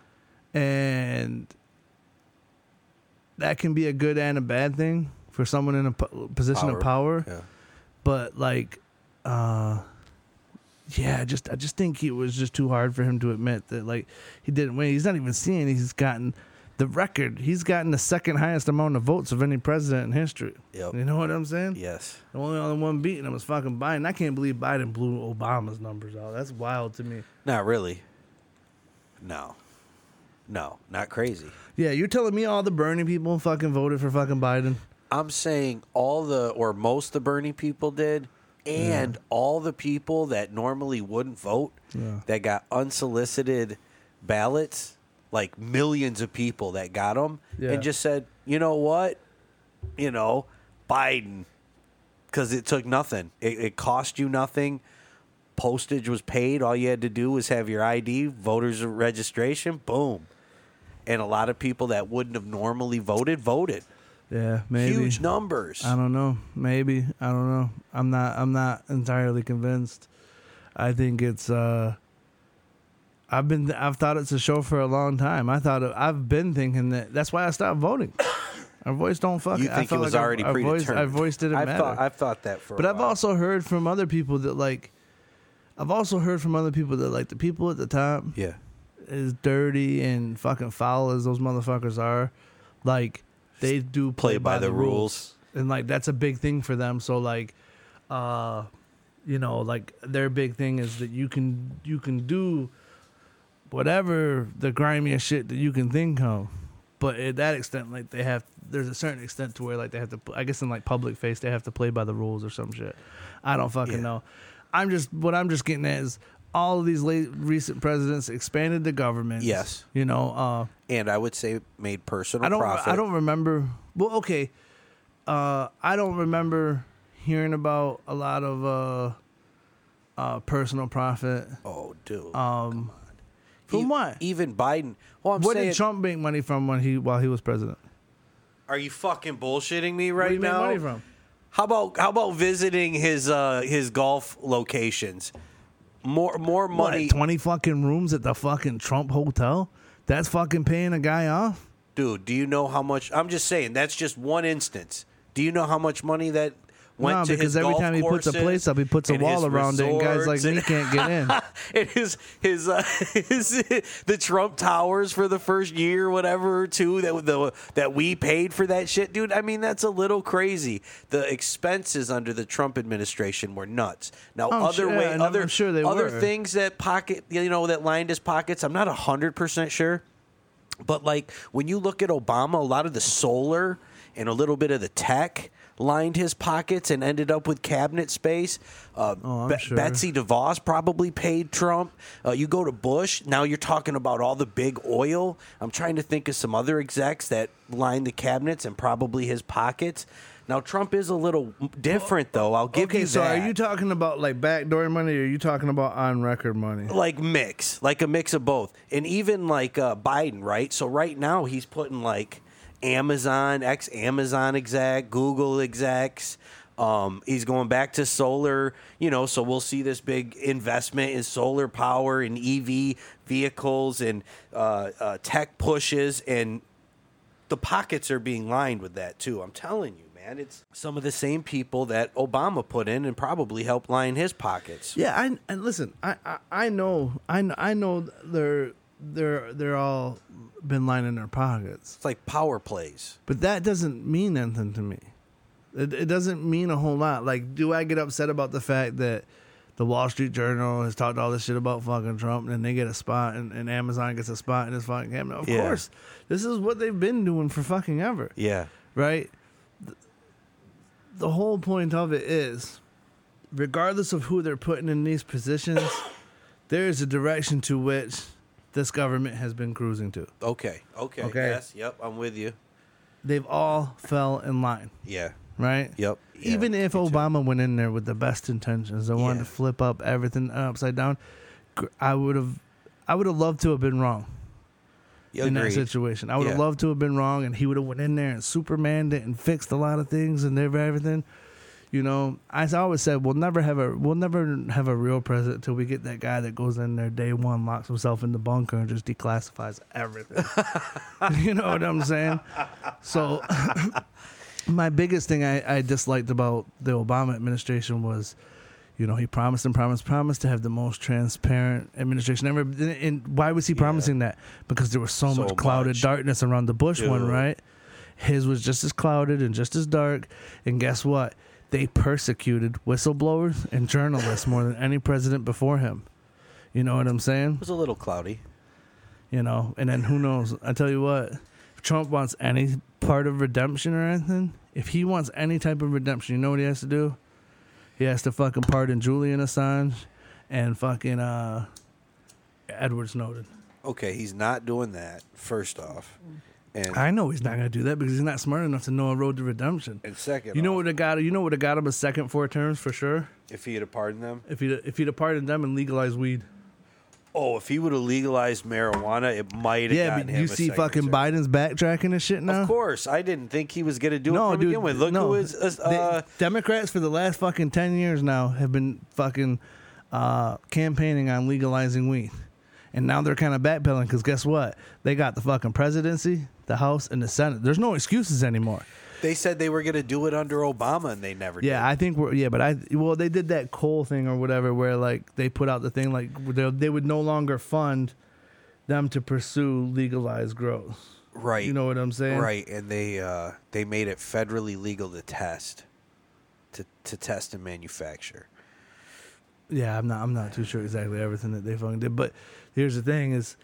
and that can be a good and a bad thing for someone in a po- position of power Yeah. but like uh yeah I just i just think it was just too hard for him to admit that like he didn't win he's not even seeing he's gotten the record he's gotten the second highest amount of votes of any president in history Yep. you know what i'm saying Yes. the only other one beating him was fucking biden i can't believe biden blew obama's numbers out that's wild to me Not really. No. No. Not crazy. yeah you're telling me all the bernie people fucking voted for fucking biden I'm saying all the or most the Bernie people did, and all the people that normally wouldn't vote Yeah. that got unsolicited ballots, like millions of people that got them, Yeah. and just said, you know what, you know, Biden, because it took nothing, it, it cost you nothing. Postage was paid. All you had to do was have your ID, voters registration, boom. And a lot of people that wouldn't have normally voted voted yeah maybe huge numbers. I don't know. Maybe I don't know. I'm not. I'm not entirely convinced. I think it's. uh I've been. I've thought it's a show for a long time. I thought. I've been thinking that. That's why I stopped voting. Our voice don't fuck. You I think it felt was like our- already our voice- predetermined? Our voice didn't I've matter. Thought, I've thought that for. But i I've also heard from other people that like. I've also heard from other people that like the people at the top yeah, as dirty and fucking foul as those motherfuckers are, like they do play, by, the, rules. and like that's a big thing for them. So like, uh, you know, like their big thing is that you can you can do whatever the grimiest shit that you can think of, but at that extent, like they have there's a certain extent to where like they have to I guess in like public face they have to play by the rules or some shit. I don't fucking Yeah. know. I'm just what I'm just getting at is all of these late recent presidents expanded the government. Yes. you know. Uh, and I would say made personal I don't. profit. I don't remember. Well, okay. Uh, I don't remember hearing about a lot of uh, uh, personal profit. Oh, dude. Um, E- From what? Even Biden. Well, I'm What saying, did Trump make money from when he while he was president? are you fucking bullshitting me Where right did he make now? money from? How about how about visiting his uh, his golf locations? More more money, What, twenty fucking rooms at the fucking Trump hotel? That's fucking paying a guy off. dude. Do you know how much? I'm just saying that's just one instance. Do you know how much money that went no, to his because every golf time he puts a courses place up, he puts a and wall his around it, and guys resorts like me and- can't get in. it is his uh, his the Trump Towers for the first year, whatever, too that the that we paid for that shit, dude. I mean, that's a little crazy. The expenses under the Trump administration were nuts. Now, I'm other Oh, sure- way, and I'm- other I'm sure they other were. things that pocket, you know, that lined his pockets. I'm not hundred percent sure. But like when you look at Obama, a lot of the solar and a little bit of the tech lined his pockets and ended up with cabinet space. Uh, Oh, I'm sure. Betsy DeVos probably paid Trump. Uh, you go to Bush, now you're talking about all the big oil. I'm trying to think of some other execs that lined the cabinets and probably his pockets. Now Trump is a little different though. I'll give okay, you so that. are you talking about like backdoor money, or are you talking about on record money? like mix, like a mix of both, and even like uh, Biden, right? So right now he's putting like Amazon ex Amazon exec, Google execs. Um, he's going back to solar, you know. So we'll see this big investment in solar power and EV vehicles and uh, uh, tech pushes, and the pockets are being lined with that too. I'm telling you, man, it's some of the same people that Obama put in and probably helped line his pockets. Yeah, I and listen, I, I I know I kn- I know they're they're they're all been lining their pockets, It's like power plays. but that doesn't mean anything to me. It, it doesn't mean a whole lot. Like, do I get upset about the fact that the Wall Street Journal has talked all this shit about fucking Trump, and they get a spot, and, and Amazon gets a spot in this fucking cabinet? Of Yeah. course, this is what they've been doing for fucking ever. Yeah. right? Th- The whole point of it is, regardless of who they're putting in these positions, there is a direction to which this government has been cruising to. Okay. Okay. Okay. Yes. Yep. I'm with you. They've all fell in line, Yeah. right? Yep. Yeah, Even if me too. Obama went in there with the best intentions, they wanted Yeah. to flip up everything upside down, gr- I would have, I would have loved to have been wrong. You in that agreed. situation. I would have Yeah. loved to have been wrong, and he would have went in there and Supermaned it and fixed a lot of things and never everything. You know, I s- always said we'll never have a we'll never have a real president until we get that guy that goes in there day one, locks himself in the bunker, and just declassifies everything. you know what I'm saying? So, my biggest thing I, I disliked about the Obama administration was, you know, he promised and promised, promised to have the most transparent administration ever. And- And why was he promising that? Because there was so, So much clouded much. darkness around the Bush one, Dude. right? His was just as clouded and just as dark. And guess what? They persecuted whistleblowers and journalists more than any president before him. You know what I'm saying? It was a little cloudy. you know. And then who knows? I tell you what, if Trump wants any part of redemption or anything, if he wants any type of redemption, you know what he has to do? He has to fucking pardon Julian Assange and fucking uh, Edward Snowden. Okay. He's not doing that. First off, and I know he's not gonna do that because he's not smart enough to know a road to redemption. and second, You know off, what got you know what got him a second four terms for sure If he had pardoned them, if he if he'd have pardoned them and legalized weed. oh, if he would have legalized marijuana, it might have. Yeah, gotten but him you a see second fucking term. Biden's backtracking and shit now. Of course, I didn't think he was going to do it no, from dude. begin with. Look no. who is. Uh, They- uh, Democrats for the last fucking ten years now have been fucking uh, campaigning on legalizing weed, and now they're kind of backpedaling because guess what? They got the fucking presidency, the House, and the Senate. There's no excuses anymore. they said they were going to do it under Obama, and they never. Yeah, did. I think we're yeah, but I well they did that coal thing or whatever where like they put out the thing like they they would no longer fund them to pursue legalized growth. right. You know what I'm saying? Right, and they uh, they made it federally legal to test, to to test and manufacture. Yeah, I'm not. I'm not too sure exactly everything that they fucking did. But here's the thing: is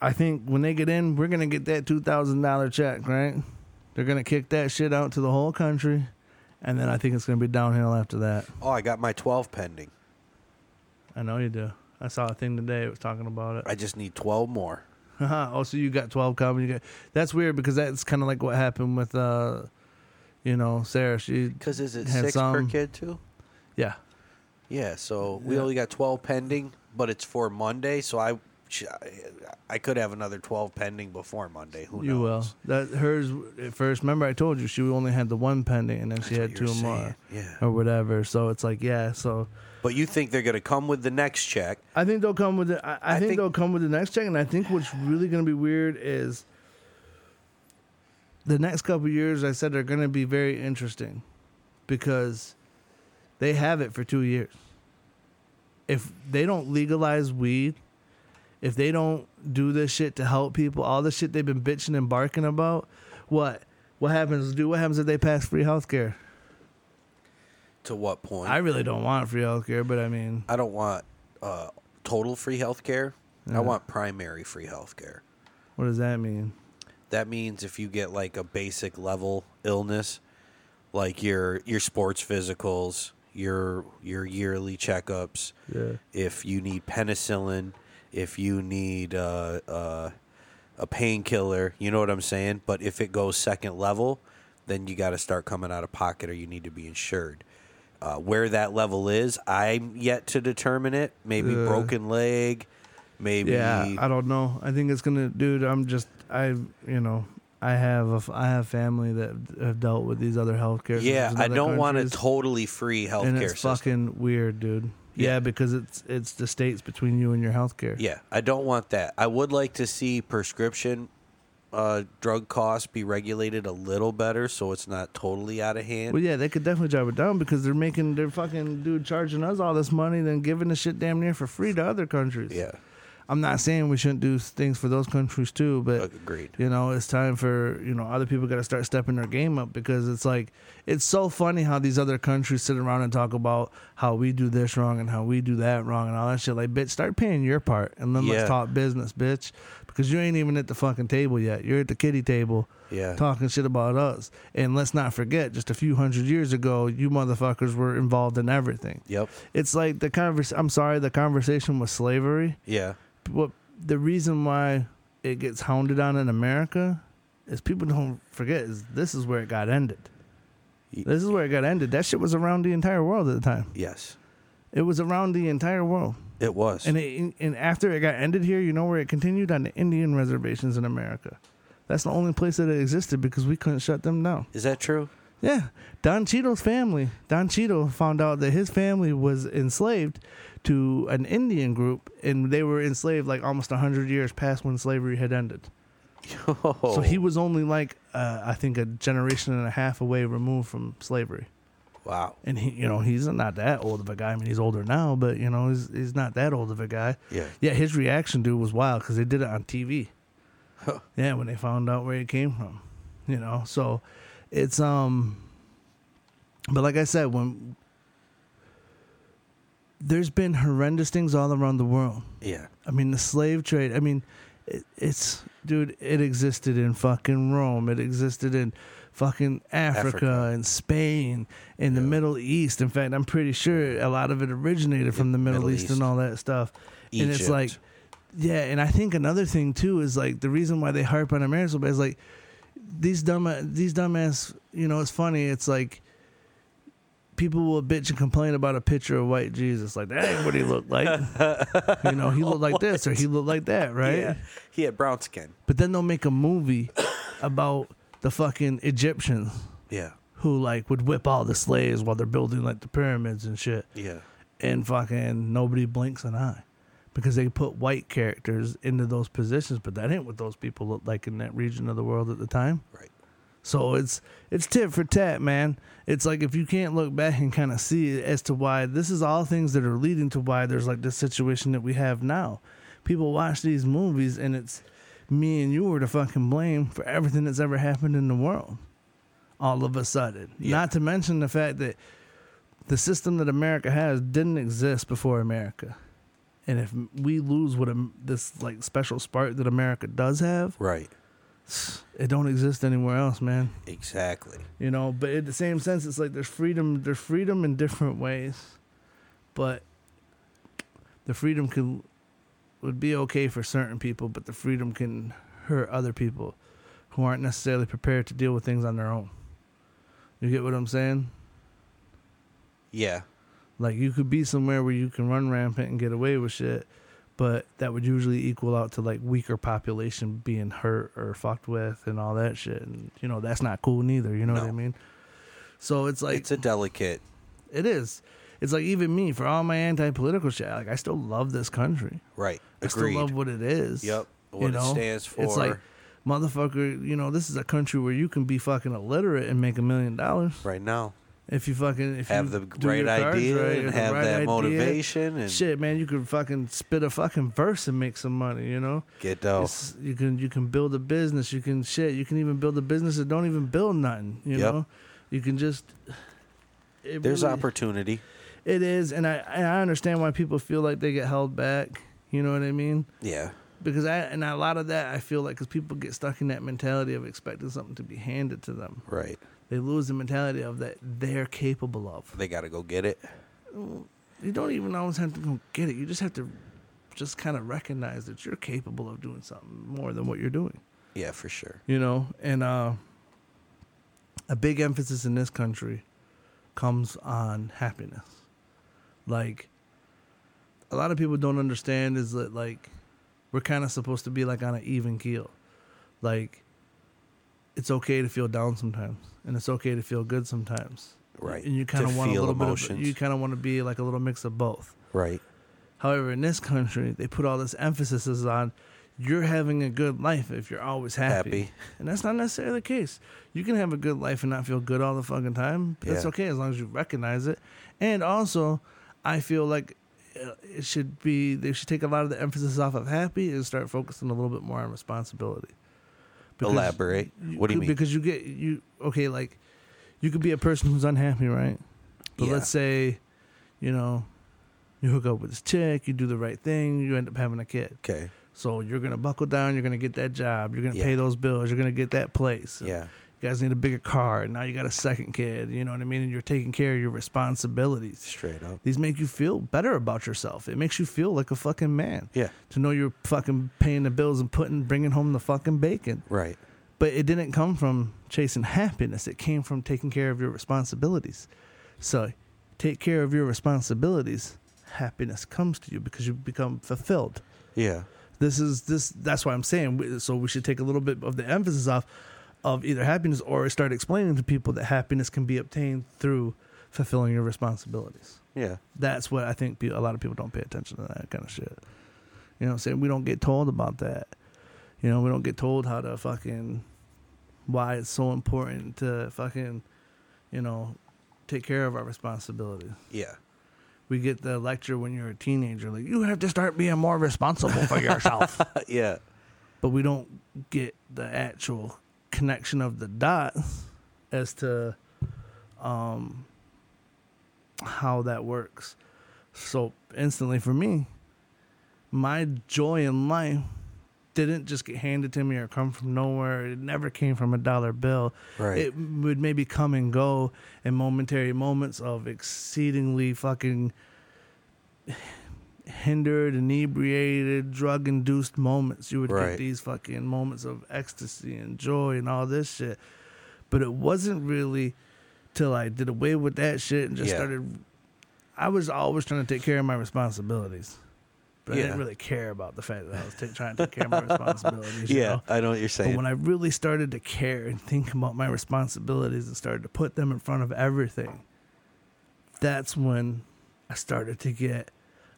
I think when they get in, we're gonna get that two thousand dollar check, right? They're gonna kick that shit out to the whole country, and then I think it's gonna be downhill after that. Oh, I got my twelve pending. I know you do. I saw a thing today. It was talking about it. I just need 12 more. oh, so you got twelve coming? You got that's weird because that's kind of like what happened with, uh, you know, Sarah. She Because is it Had six per some- kid, too? yeah. Yeah, so we um, Yeah. only got 12 pending. but it's for Monday, so I sh- I could have another 12 pending before Monday. Who You will. knows? That hers at first. Remember, I told you she only had the one pending, and then she had what two you were more, Oh. saying. Yeah. or whatever. So it's like, yeah. So But you think they're going to come with the next check? I think they'll come with. The, I, I, I think, think- they'll come with the next check, and I think what's really going to be weird is the next couple of years. I said are going to be very interesting because they have it for two years. If they don't legalize weed, if they don't do this shit to help people, all the shit they've been bitching and barking about, what what happens? Do what happens if they pass free healthcare? To what point? I really don't want free healthcare, but I mean, I don't want uh, total free health care. I want primary free health care. what does that mean? That means if you get like a basic level illness, like your your sports physicals, your your yearly checkups, Yeah. if you need penicillin, if you need uh, uh, a painkiller, you know what I'm saying? But if it goes second level, then you got to start coming out of pocket or you need to be insured. Uh, where that level is, I'm yet to determine it. Maybe Yeah. broken leg, maybe. Yeah, I don't know. I think it's gonna, dude. I'm just, I, you know, I have, a f I have family that have dealt with these other healthcare. Yeah, systems in I other don't want a countries, totally free healthcare and it's system. fucking weird, dude. Yeah. Yeah. because it's it's the states between you and your healthcare. Yeah, I don't want that. I would like to see prescription uh, drug costs be regulated a little better, so it's not totally out of hand. Well, yeah, they could definitely drive it down because they're making, they're fucking, dude, charging us all this money, then giving the shit damn near for free to other countries. yeah, I'm not saying we shouldn't do things for those countries too, but agreed. you know it's time for you know other people got to start stepping their game up because it's like it's so funny how these other countries sit around and talk about how we do this wrong and how we do that wrong and all that shit like bitch start paying your part and then Yeah. let's talk business bitch because you ain't even at the fucking table yet you're at the kitty table Yeah. talking shit about us and let's not forget just a few hundred years ago you motherfuckers were involved in everything Yep. it's like the convers I'm sorry the conversation was slavery Yeah. what the reason why it gets hounded on in America is people don't forget is this is where it got ended. Ye- This is where it got ended. That shit was around the entire world at the time. Yes. It was around the entire world. It was. And it, and after it got ended here, you know where it continued on the Indian reservations in America. That's the only place that it existed because we couldn't shut them down. Is that true? Yeah, Don Cheadle's family. Don Cheadle found out that his family was enslaved to an Indian group, and they were enslaved like almost hundred years past when slavery had ended. Oh, So he was only like, uh, I think, a generation and a half away removed from slavery. Wow. And he, you know, he's not that old of a guy. I mean, he's older now, but you know, he's he's not that old of a guy. Yeah. Yeah, his reaction, dude, was wild because they did it on TV. Yeah, when they found out where it came from, you know. So it's um, but like I said, when there's been horrendous things all around the world. Yeah. I mean, the slave trade. I mean, it, it's dude. It existed in fucking Rome. It existed in fucking Africa, Africa. and Spain and the Middle East. In fact, I'm pretty sure a lot of it originated from the Middle, Middle East, East. and all that stuff. And it's like, Egypt. yeah. And I think another thing too is like the reason why they harp on America so bad is like these dumb these dumbass. You know, it's funny. It's like people will bitch and complain about a picture of white Jesus. Like that ain't what he looked like. you know, he looked like this or he looked like that, right? Yeah. He had brown skin. But then they'll make a movie about the fucking Egyptians Yeah. who like would whip all the slaves while they're building like the pyramids and shit. Yeah. And fucking nobody blinks an eye. Because they put white characters into those positions, but that ain't what those people looked like in that region of the world at the time. Right. So it's it's tit for tat, man. It's like if you can't look back and kind of see as to why this is all things that are leading to why there's like this situation that we have now. People watch these movies and it's me and you are to fucking blame for everything that's ever happened in the world. All of a sudden, Yeah. not to mention the fact that the system that America has didn't exist before America. And if we lose what am- this like special spark that America does have, Right. it don't exist anywhere else, man Exactly. you know but in the same sense it's like there's freedom there's freedom in different ways but the freedom can would be okay for certain people but the freedom can hurt other people who aren't necessarily prepared to deal with things on their own you get what i'm saying Yeah. Like you could be somewhere where you can run rampant and get away with shit, but that would usually equal out to like weaker population being hurt or fucked with and all that shit. And you know that's not cool neither. You know what I No. mean? So it's like It's a delicate. it is. It's like even me for all my anti-political shit. Like I still love this country. Right. I still Agreed. love what it is. Yep, what it stands It's like, for. motherfucker, you know, this is a country where you can be fucking illiterate and make a million dollars right now. if you fucking if Have the you do right your cards idea right, and you're the have right that idea. motivation and- shit, man. You could fucking spit a fucking verse and make some money. You know, Get dough. It's- you can you can build a business. You can shit. You can even build a business that don't even build nothing. You Yep. know, you can just. it There's really- opportunity. It is, and I and I understand why people feel like they get held back. You know what I mean? Yeah. Because I and a lot of that I feel like because people get stuck in that mentality of expecting something to be handed to them, Right. they lose the mentality of that they're capable of. They got to go get it. you don't even always have to go get it. You just have to just kind of recognize that you're capable of doing something more than what you're doing. Yeah, for sure. You know, and uh, a big emphasis in this country comes on happiness. Like a lot of people don't understand is that like we're kind of supposed to be like on an even keel. Like it's okay to feel down sometimes, and it's okay to feel good sometimes. Right. And you To kind of want a feel little bit. Of, emotions. you kind of want to be like a little mix of both. Right. However, in this country, they put all this emphasis on you're having a good life if you're always happy. Happy. And that's not necessarily the case. You can have a good life and not feel good all the fucking time. But That's Yeah. okay as long as you recognize it. And also, I feel like uh, it should be, they should take a lot of the emphasis off of happy and start focusing a little bit more on responsibility. Elaborate. you What do you could- mean? Because you get, you, okay, like, you could be a person who's unhappy, right? But Yeah. let's say, you know, you hook up with this chick, you do the right thing, you end up having a kid. okay. So you're gonna buckle down, you're gonna get that job, you're gonna Yeah. pay those bills, you're gonna get that place. Yeah. You guys need a bigger car, and now you got a second kid, you know what I mean? And you're taking care of your responsibilities. Straight up. These make you feel better about yourself. It makes you feel like a fucking man. Yeah. To know you're fucking paying the bills and putting bringing home the fucking bacon. Right. But it didn't come from chasing happiness. It came from taking care of your responsibilities. So take care of your responsibilities. Happiness comes to you because you become fulfilled. Yeah. This is this. That's why I'm saying. we- So we should take a little bit of the emphasis off of either happiness or start explaining to people that happiness can be obtained through fulfilling your responsibilities. Yeah. That's what I think pe- a lot of people don't pay attention to that kind of shit. You know what I'm saying? We don't get told about that. You know, we don't get told how to fucking why it's so important to fucking, you know, take care of our responsibilities. Yeah. We get the lecture when you're a teenager, like you have to start being more responsible for yourself. yeah. but we don't get the actual connection of the dots as to um how that works so instantly for me my joy in life didn't just get handed to me or come from nowhere it never came from a dollar bill Right. it would maybe come and go in momentary moments of exceedingly fucking hindered, inebriated, drug induced moments. You would get Right. these fucking moments of ecstasy and joy and all this shit. But it wasn't really till I did away with that shit and just Yeah. started. I was always trying to take care of my responsibilities. But I didn't Yeah. really care about the fact that I was ta- trying to take care of my responsibilities. you yeah. know? I know what you're saying. But when I really started to care and think about my responsibilities and started to put them in front of everything, that's when I started to get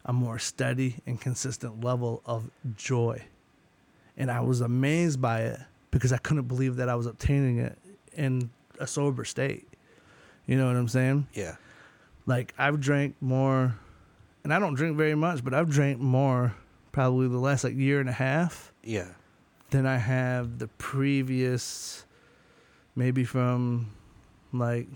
a more steady and consistent level of joy. And I was amazed by it because I couldn't believe that I was obtaining it in a sober state. You know what I'm saying? yeah. like I've drank more, and I don't drink very much, but I've drank more probably the last like year and a half Yeah. than I have the previous, maybe from like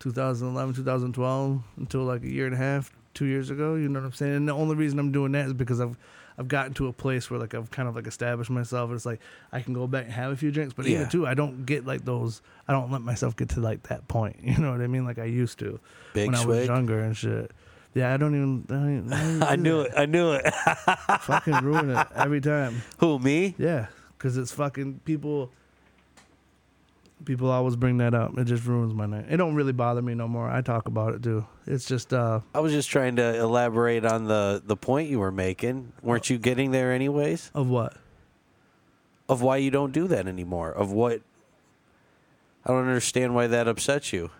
2011, 2012 until like a year and a half, two years ago. You know what I'm saying? And the only reason I'm doing that is because I've I've gotten to a place where like I've kind of like established myself. It's like I can go back and have a few drinks, but even Yeah. too, I don't get like those. I don't let myself get to like that point. You know what I mean? Like I used to Big when I was swig? younger and shit. Yeah, I don't even. I, don't even, I knew it. I knew it. Fucking ruin it every time. Who me? Yeah, because it's fucking people. People always bring that up. It just ruins my night. It don't really bother me no more. I talk about it too. It's just uh I was just trying to elaborate on the the point you were making. Weren't you getting there anyways? of what? Of why you don't do that anymore? Of what? I don't understand why that upsets you.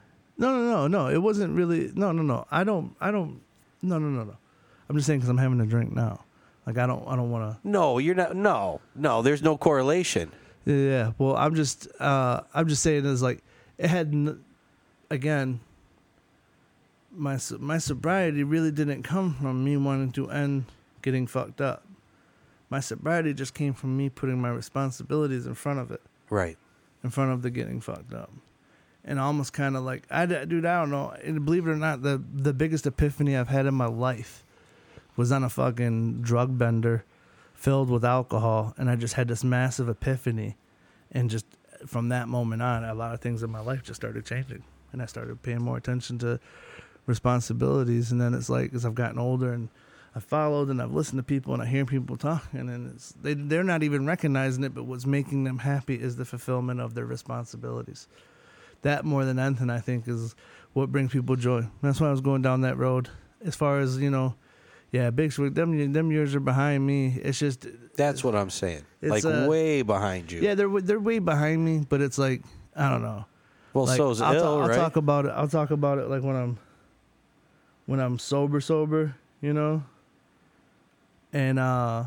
No, no, no, no. It wasn't really. No, no, no. I don't. I don't. No, no, no, no. I'm just saying because I'm having a drink now. Like I don't. I don't want to. No, you're not. No, no. There's no correlation. Yeah, Yeah. Well, I'm just uh I'm just saying is like it had n- again my so- my sobriety really didn't come from me wanting to end getting fucked up. My sobriety just came from me putting my responsibilities in front of it, Right. in front of the getting fucked up. And almost kind of like I d- dude, I don't know. And believe it or not, the the biggest epiphany I've had in my life was on a fucking drug bender filled with alcohol and I just had this massive epiphany and just from that moment on a lot of things in my life just started changing and I started paying more attention to responsibilities and then it's like as I've gotten older and I've followed and I've listened to people and I hear people talking and it's they they're not even recognizing it but what's making them happy is the fulfillment of their responsibilities that more than anything I think is what brings people joy. And that's why I was going down that road. As far as you know, yeah, big Swick, them them years are behind me. It's just That's what I'm saying. like It's, uh, way behind you. yeah, they're w- they're way behind me, but it's like I don't know. Well, Like, so's I'll, ill, ta- I'll right? talk about it. I'll talk about it like when I'm when I'm sober, sober, you know. And uh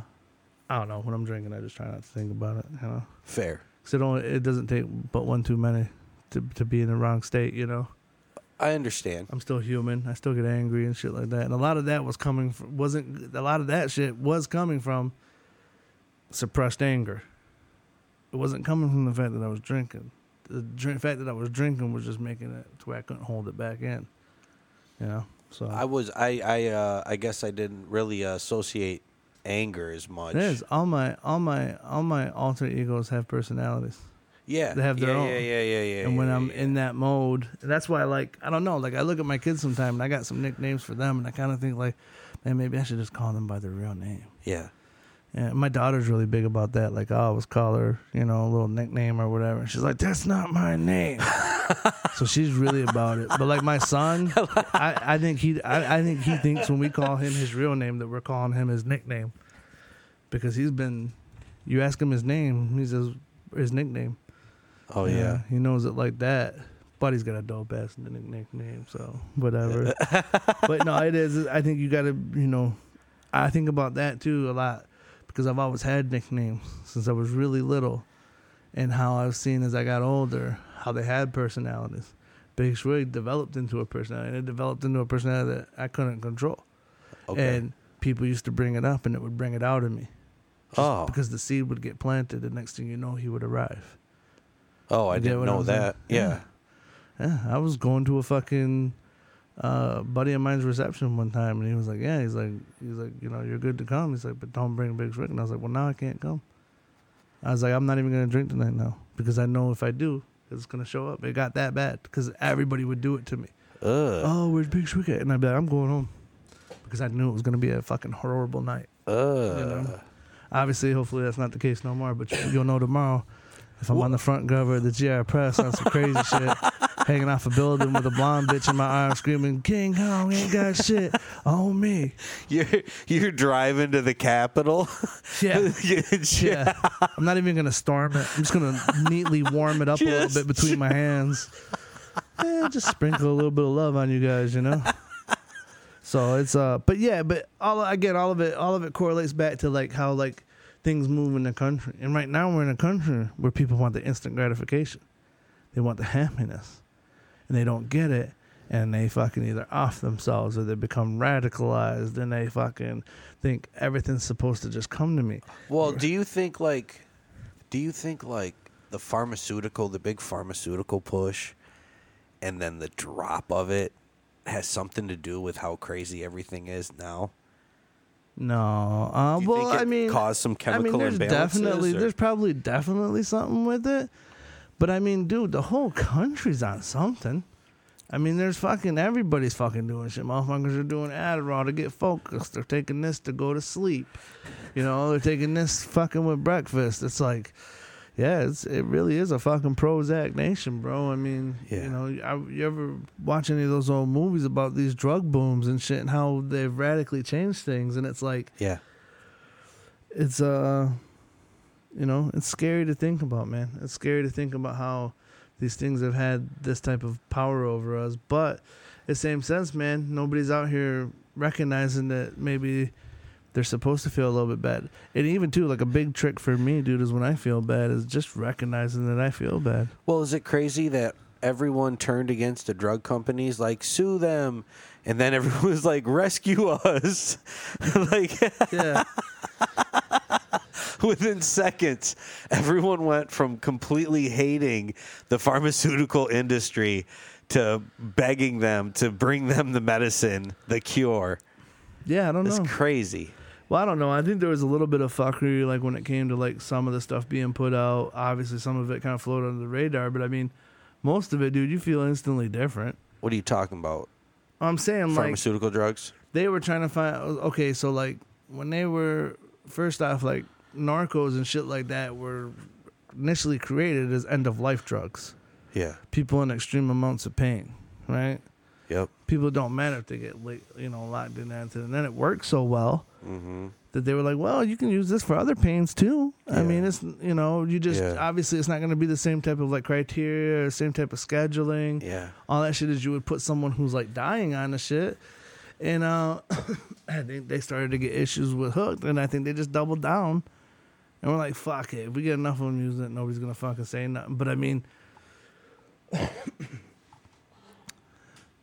I don't know when I'm drinking. I just try not to think about it, you know, Fair. because it only it doesn't take but one too many to to be in the wrong state, you know. I understand. I'm still human. I still get angry and shit like that. And a lot of that was coming from, wasn't a lot of that shit was coming from suppressed anger. It wasn't coming from the fact that I was drinking. The drink, fact that I was drinking was just making it to where I couldn't hold it back in. You know. So I was. I. I. Uh, I guess I didn't really associate anger as much. it is all my all my all my alter egos have personalities. Yeah. They have their yeah, own. Yeah. Yeah. Yeah. Yeah. and when yeah, I'm yeah. in that mode, and that's why like I don't know, like I look at my kids sometime and I got some nicknames for them and I kind of think like, man, maybe I should just call them by their real name. Yeah. Yeah, my daughter's really big about that. Like, oh, I always call her, you know, a little nickname or whatever. And she's like, that's not my name. so she's really about it. But like my son, I, I think he, I, I think he thinks when we call him his real name that we're calling him his nickname, because he's been. You ask him his name, he says his nickname. Oh yeah. he knows it like that. But he's got a dope ass nick- nickname, so whatever. but no, it is. I think you got to, you know, I think about that too a lot because I've always had nicknames since I was really little, and how I've seen as I got older how they had personalities. Big Swig developed into a personality, and it developed into a personality that I couldn't control. Okay. And people used to bring it up, and it would bring it out of me. Just Oh. because the seed would get planted, the next thing you know, he would arrive. oh, I You get didn't what I'm know saying? that. Yeah. Yeah, I was going to a fucking uh, buddy of mine's reception one time, and he was like, "Yeah," he's like, "He's like, you know, you're good to come." He's like, "But don't bring Big Rick." And I was like, "Well, now I can't come." I was like, "I'm not even gonna drink tonight now because I know if I do, it's gonna show up." It got that bad because everybody would do it to me. Ugh. Oh, where's Big Rick at? And I'd be like, "I'm going home," because I knew it was gonna be a fucking horrible night. Ugh. know. Obviously, hopefully that's not the case no more. But you- you'll know tomorrow if I'm on the front cover of the GR Press on some crazy shit, hanging off a building with a blonde bitch in my arm screaming "King Kong ain't got shit on me." You're you're driving to the Capitol. Yeah. yeah. Yeah, I'm not even gonna storm it. I'm just gonna neatly warm it up a Just- little bit between my hands. Eh, just sprinkle a little bit of love on you guys, you know. So it's uh, but yeah, but all again, all of it, all of it correlates back to like how like things move in the country. And right now we're in a country where people want the instant gratification, they want the happiness, and they don't get it. And they fucking either off themselves or they become radicalized and they fucking think everything's supposed to just come to me. Well, do you think like, do you think like the pharmaceutical, the big pharmaceutical push, and then the drop of it has something to do with how crazy everything is now? No. Uh, Do you well, think it I mean, caused some I mean, chemical there's imbalances, definitely, or- there's probably definitely something with it. But I mean, dude, the whole country's on something. I mean, there's fucking everybody's fucking doing shit. Motherfuckers are doing Adderall to get focused. They're taking this to go to sleep. You know, they're taking this fucking with breakfast. It's like, Yeah, it's, it really is a fucking Prozac nation, bro. I mean, Yeah. you know, I, you ever watch any of those old movies about these drug booms and shit and how they've radically changed things? And it's like, Yeah. it's uh you know it's scary to think about man it's scary to think about how these things have had this type of power over us but in the same sense man nobody's out here recognizing that maybe they're supposed to feel a little bit bad and even too like a big trick for me dude is when i feel bad is just recognizing that i feel bad Well, is it crazy that everyone turned against the drug companies, like sue them, and then everyone was like, rescue us, like yeah within seconds, everyone went from completely hating the pharmaceutical industry to begging them to bring them the medicine, the cure. yeah i don't It's know crazy. Well, I don't know. I think there was a little bit of fuckery, like when it came to like some of the stuff being put out. Obviously, some of it kind of floated under the radar, but I mean, most of it, dude, you feel instantly different. What are you talking about? I'm saying like Pharmaceutical drugs? they were trying to find. Okay, so like when they were first off, like narcos and shit like that were initially created as end of life drugs. Yeah. People in extreme amounts of pain, right? Yep. people it don't matter if they get like, you know locked in that and then it worked so well Mm-hmm. that they were like well you can use this for other pains too i Yeah. mean it's you know you just Yeah. obviously it's not going to be the same type of like criteria or same type of scheduling Yeah. all that shit is you would put someone who's like dying on the shit and uh i think they started to get issues with hooked and i think they just doubled down and we're like fuck it if we get enough of them using it nobody's gonna fucking say nothing but i mean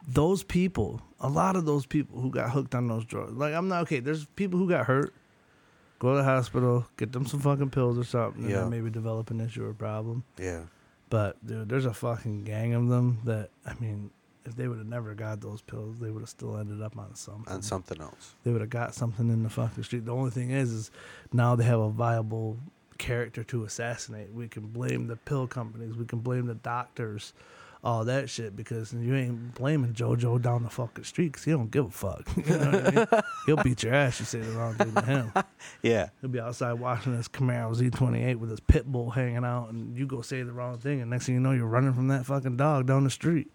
those people a lot of those people who got hooked on those drugs like i'm not okay there's people who got hurt go to the hospital get them some fucking pills or something and Yeah. then maybe develop an issue or problem Yeah. but dude, there's a fucking gang of them that I mean, if they would have never got those pills, they would have still ended up on something. And something else. They would have got something in the fucking street. The only thing is, is now they have a viable character to assassinate. We can blame the pill companies. We can blame the doctors. All that shit because you ain't blaming JoJo down the fucking street because he don't give a fuck. You know what I mean? He'll beat your ass. You say the wrong thing to him. Yeah. He'll be outside watching his Camaro Z28 with his pit bull hanging out, and you go say the wrong thing, and next thing you know, you're running from that fucking dog down the street.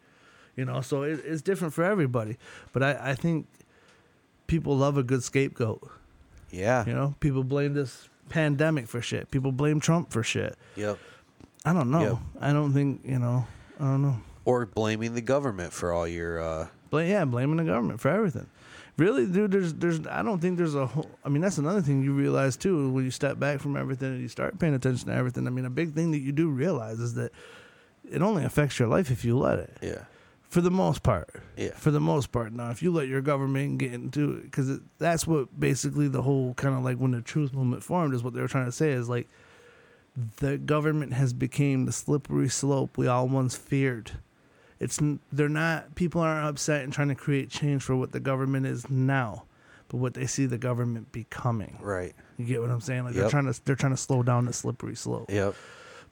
You know, so it, it's different for everybody. But I, I think people love a good scapegoat. Yeah. You know, people blame this pandemic for shit. People blame Trump for shit. Yep. I don't know. Yeah. I don't think you know. I don't know. Or blaming the government for all your. Uh, But yeah, blaming the government for everything. Really, dude, there's there's I don't think there's a whole I mean, that's another thing you realize too when you step back from everything and you start paying attention to everything. I mean, a big thing that you do realize is that it only affects your life if you let it. yeah. For the most part. Yeah. For the most part. Now, if you let your government get into it, because that's what basically the whole kind of like when the truth movement formed is what they were trying to say is like the government has became the slippery slope we all once feared. It's n- they're not people aren't upset and trying to create change for what the government is now, but what they see the government becoming. Right. You get what I'm saying? Like they're Yep. trying to they're trying to slow down the slippery slope. Yep.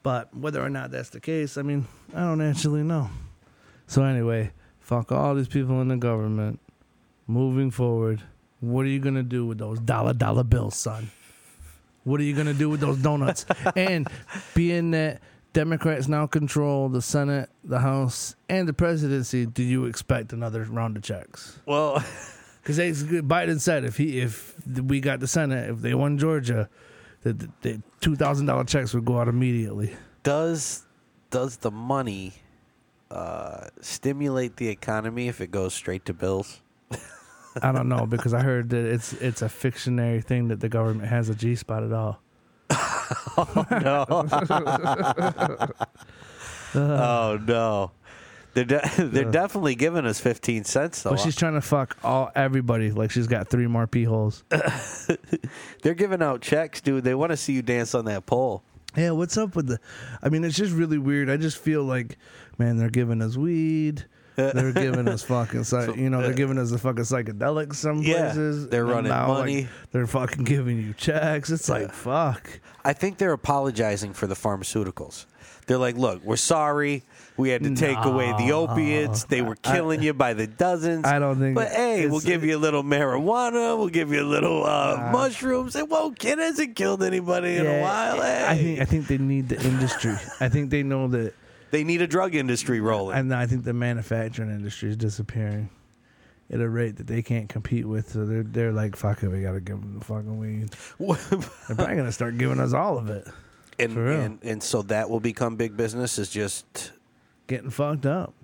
But whether or not that's the case, I mean, I don't actually know. So anyway, fuck all these people in the government. Moving forward, what are you gonna do with those dollar dollar bills, son? What are you gonna do with those donuts? and being that Democrats now control the Senate, the House, and the presidency, do you expect another round of checks? Well. Because Biden said if he if we got the Senate, if they won Georgia, that the, the two thousand dollar checks would go out immediately. does does the money uh, stimulate the economy if it goes straight to bills? I don't know because I heard that it's it's a fictionary thing that the government has a G spot at all. No. Uh, oh no. They're de- they're definitely giving us fifteen cents though. But she's trying to fuck all everybody. Like she's got three more pee holes. they're giving out checks, dude. They want to see you dance on that pole. yeah, what's up with the? I mean, it's just really weird. I just feel like, man, they're giving us weed. They're giving us fucking, psy- you know, they're giving us the fucking psychedelics some Yeah, places. they're and then running like, money. they're fucking giving you checks. It's like fuck. I think they're apologizing for the pharmaceuticals. They're like, look, we're sorry. We had to take away the opiates. They were killing you by the dozens. I don't think- But hey, we'll it's- give you a little marijuana. We'll give you a little uh, mushrooms. It won't. It hasn't killed anybody in a while. Hey. I think I think they need the industry. I think they know that, they need a drug industry rolling. and I think the manufacturing industry is disappearing at a rate that they can't compete with. So they're they're like, fuck it, we gotta give them the fucking weed. They're probably gonna start giving us all of it, and, for real. and and so that will become big business. Is just getting fucked up.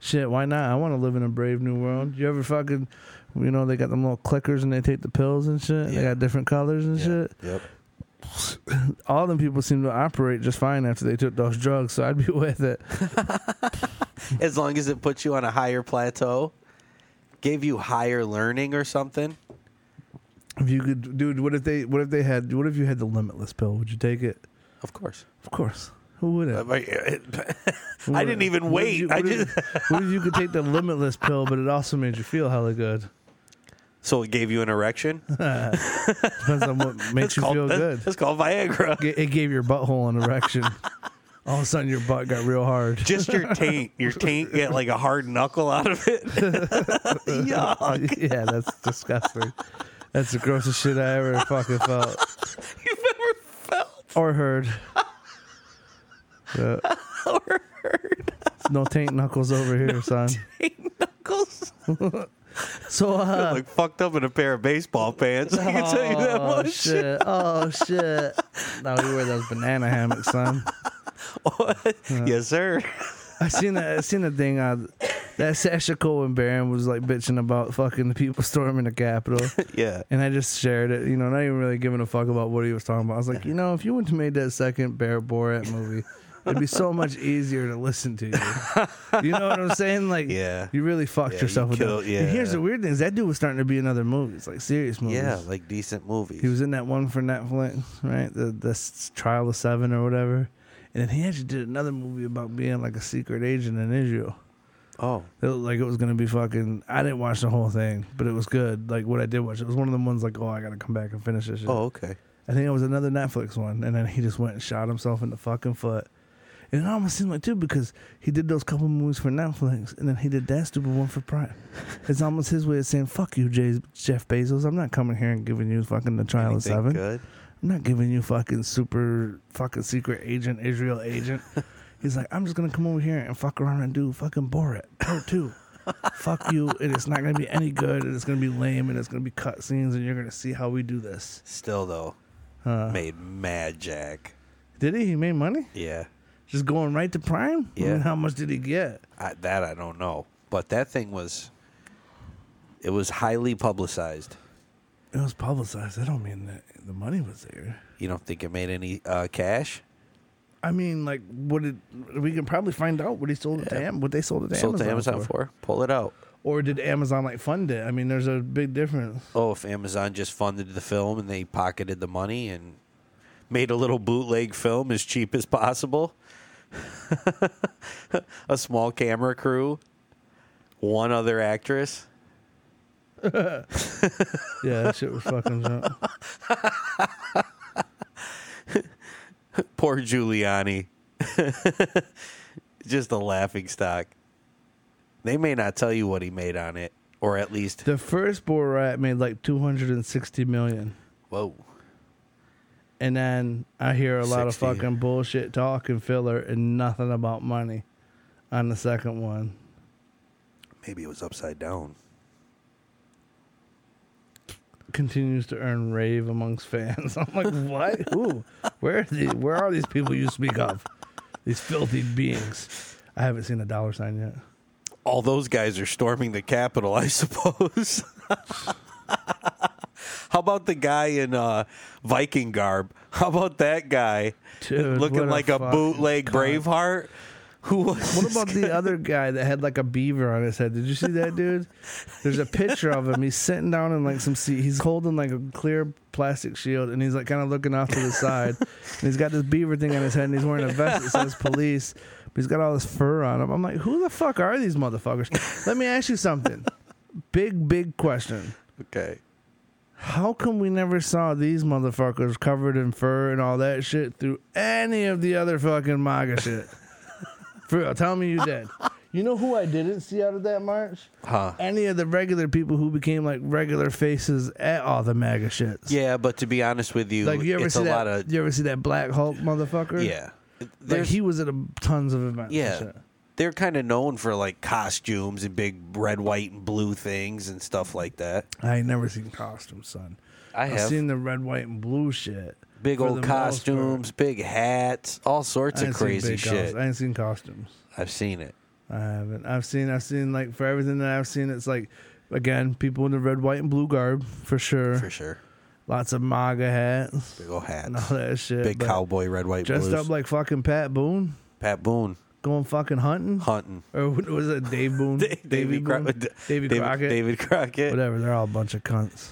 Shit, why not? I want to live in a brave new world. You ever fucking, you know, they got them little clickers and they take the pills and shit. They Yeah. got different colors and shit. Yep. all them people seem to operate just fine after they took those drugs, so I'd be with it. As long as it puts you on a higher plateau, gave you higher learning or something. If you could, dude, what if they, what if they had, what if you had the limitless pill? Would you take it? Of course. Of course. Who wouldn't? Who I didn't wouldn't? even What if wait. you- I what if- just what if you could take the limitless pill, but it also made you feel hella good? so it gave you an erection. Depends on what makes you feel that- good. That's called Viagra. G- It gave your butthole an erection. All of a sudden, your butt got real hard. Just your taint. Your taint get like a hard knuckle out of it. Yuck. yeah, that's disgusting. That's the grossest shit I ever fucking felt You've ever felt or heard. Yeah. or heard No taint knuckles over here, son. taint knuckles? So, uh, Like fucked up in a pair of baseball pants. I can tell you that oh much. shit! Oh shit! No, we wear those banana hammocks, son. yes, sir. I seen that. I seen the thing. Uh, that Sasha Cohen Baron was like bitching about fucking the people storming the Capitol, Yeah. and I just shared it. You know, not even really giving a fuck about what he was talking about. I was like, you know, if you went to make that second Bear Borat movie. It'd be so much easier to listen to you. You know what I'm saying? Like, Yeah. you really fucked Yeah, yourself you with killed- that. And here's yeah. the weird thing: is that dude was starting to be in other movies, like serious movies. Yeah, like decent movies. He was in that one for Netflix, right? The the s- Trial of Seven or whatever. And then he actually did another movie about being like a secret agent in Israel. oh, It looked like it was gonna be fucking. I didn't watch the whole thing, but it was good. Like what I did watch, it was one of the ones like, oh, I gotta come back and finish this. Shit. oh, okay. I think it was another Netflix one, and then he just went and shot himself in the fucking foot. And it almost seemed like too because he did those couple movies for Netflix, and then he did that stupid one for Prime. It's almost his way of saying, "Fuck you, Jay- Jeff Bezos. I'm not coming here and giving you fucking the trial of Anything seven. good? I'm not giving you fucking super fucking secret agent, Israel agent. He's like, I'm just gonna come over here and fuck around and do fucking Borat part two. fuck you, and it's not gonna be any good, and it's gonna be lame, and it's gonna be cut scenes, and you're gonna see how we do this. Still though, made mad jack. Did he? He made money? Yeah, Just going right to prime? I mean, Yeah. how much did he get? I, that I don't know, but that thing was. It was highly publicized. It was publicized. I don't mean that the money was there. You don't think it made any uh, cash? I mean, like, what it? We can probably find out what he sold it to Am. What they sold it to Sold Amazon, to Amazon for. for? Pull it out. Or did Amazon like fund it? I mean, there's a big difference. Oh, if Amazon just funded the film and they pocketed the money and made a little bootleg film as cheap as possible. a small camera crew, one other actress. Yeah, that shit was fucking junk. Poor Giuliani. Just a laughing stock. They may not tell you what he made on it, or at least The first Borat made like 260 million, whoa. and then I hear a lot 60. of fucking bullshit talk and filler and nothing about money on the second one. Maybe it was upside down. continues to earn rave amongst fans. I'm like, what? Who? Where are the? Where are these people you speak of? These filthy beings. I haven't seen a dollar sign yet. All those guys are storming the Capitol, I suppose. How about the guy in uh, Viking garb? How about that guy Dude, what looking a like a, fucking bootleg cunt. Braveheart? Who was What about the other guy that had like a beaver on his head? Did you see that dude? There's a picture of him. He's sitting down in like some seat. He's holding like a clear plastic shield and he's like kind of looking off to the side. And he's got this beaver thing on his head and he's wearing a vest that says police. But he's got all this fur on him. I'm like, who the fuck are these motherfuckers? Let me ask you something. Big, big question. okay? How come we never saw these motherfuckers covered in fur and all that shit through any of the other fucking MAGA shit? For real, tell me you did. You know who I didn't see out of that march? Huh. Any of the regular people who became like regular faces at all the MAGA shits. Yeah, but to be honest with you, Like you ever it's see a that? lot of you ever see that Black Hulk motherfucker? yeah. Like There's- he was at a, tons of events. and Yeah. shit. They're kind of known for like costumes and big red, white, and blue things and stuff like that. I ain't never seen costumes, son. I I've have seen the red, white, and blue shit. big for old the most part. costumes, big hats, all sorts I of ain't seen crazy big cos- shit. I ain't seen costumes. I've seen it. I haven't. I've seen. I've seen like for everything that I've seen, it's like again people in the red, white, and blue garb for sure. For sure. Lots of MAGA hats Big old hats. and all that shit. Big but cowboy, red, white, dressed blues. up like fucking Pat Boone, Pat Boone going fucking hunting, hunting. or what was it Dave Boone, Da- Davy Cro- Boone, Da- Davy David- Crockett, David Crockett. whatever. They're all a bunch of cunts,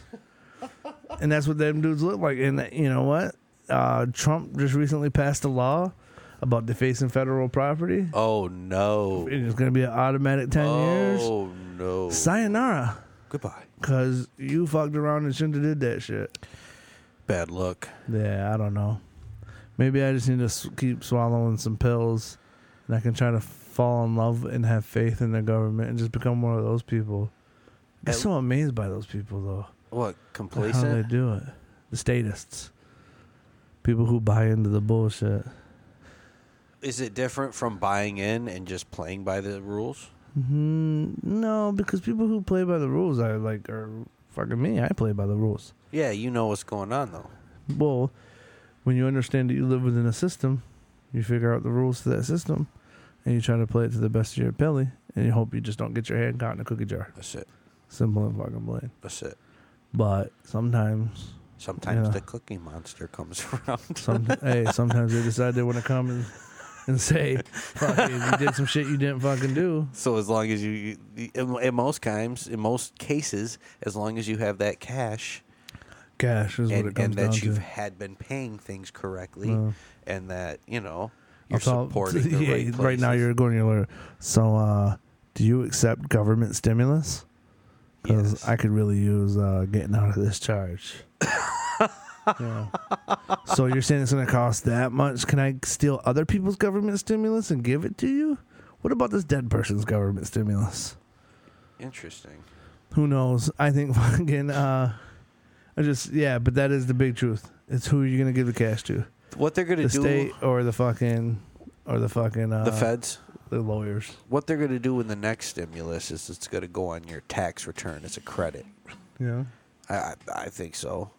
and that's what them dudes look like. And you know what? Uh, Trump just recently passed a law about defacing federal property. Oh no. And It's going to be an automatic ten years. Oh no. Sayonara. Goodbye. Cause you fucked around and shouldn't have did that shit. Bad luck. Yeah, I don't know. Maybe I just need to s- keep swallowing some pills, and I can try to fall in love and have faith in the government and just become one of those people. I'm At- so amazed by those people though. What? Like, How they Complacent? do it? The statists, people who buy into the bullshit. Is it different from buying in and just playing by the rules? Mm, no, because people who play by the rules are like are fucking me. I play by the rules. Yeah, you know what's going on though. Well, when you understand that you live within a system, you figure out the rules to that system, and you try to play it to the best of your ability, and you hope you just don't get your hand caught in a cookie jar. That's it. Simple and fucking plain. That's it. But sometimes, Sometimes Yeah. the cookie monster comes around. some hey, sometimes they decide they want to come and, and say, "Fucking, you did some shit you didn't fucking do." So as long as you, you in, in most times, in most cases, as long as you have that cash Cash is what it and, comes and down that you've to. had been paying things correctly, Yeah. and that you know you're That's all- supporting the yeah, right right, places. now, you're going to your lawyer. So, uh, do you accept government stimulus? Because Yes. I could really use uh, getting out of this charge. Yeah. So you're saying it's going to cost that much? Can I steal other people's government stimulus and give it to you? What about this dead person's government stimulus? Interesting. Who knows? I think fucking. Uh, I just yeah, but that is the big truth. It's who you're going to give the cash to: What they're gonna the do? state or the fucking or the fucking uh, the feds. the lawyers. What they're gonna do in the next stimulus is it's gonna go on your tax return as a credit. You know. I I, I think so.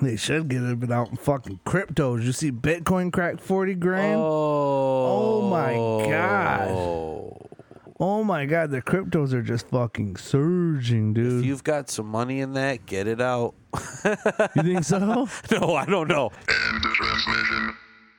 They should get it but out in fucking cryptos. You see Bitcoin crack 40 grand? Oh, Oh, my God. Oh. my god, the cryptos are just fucking surging, If dude. You you've got some money in that, get it out. think so? no, I don't know. End of transmission.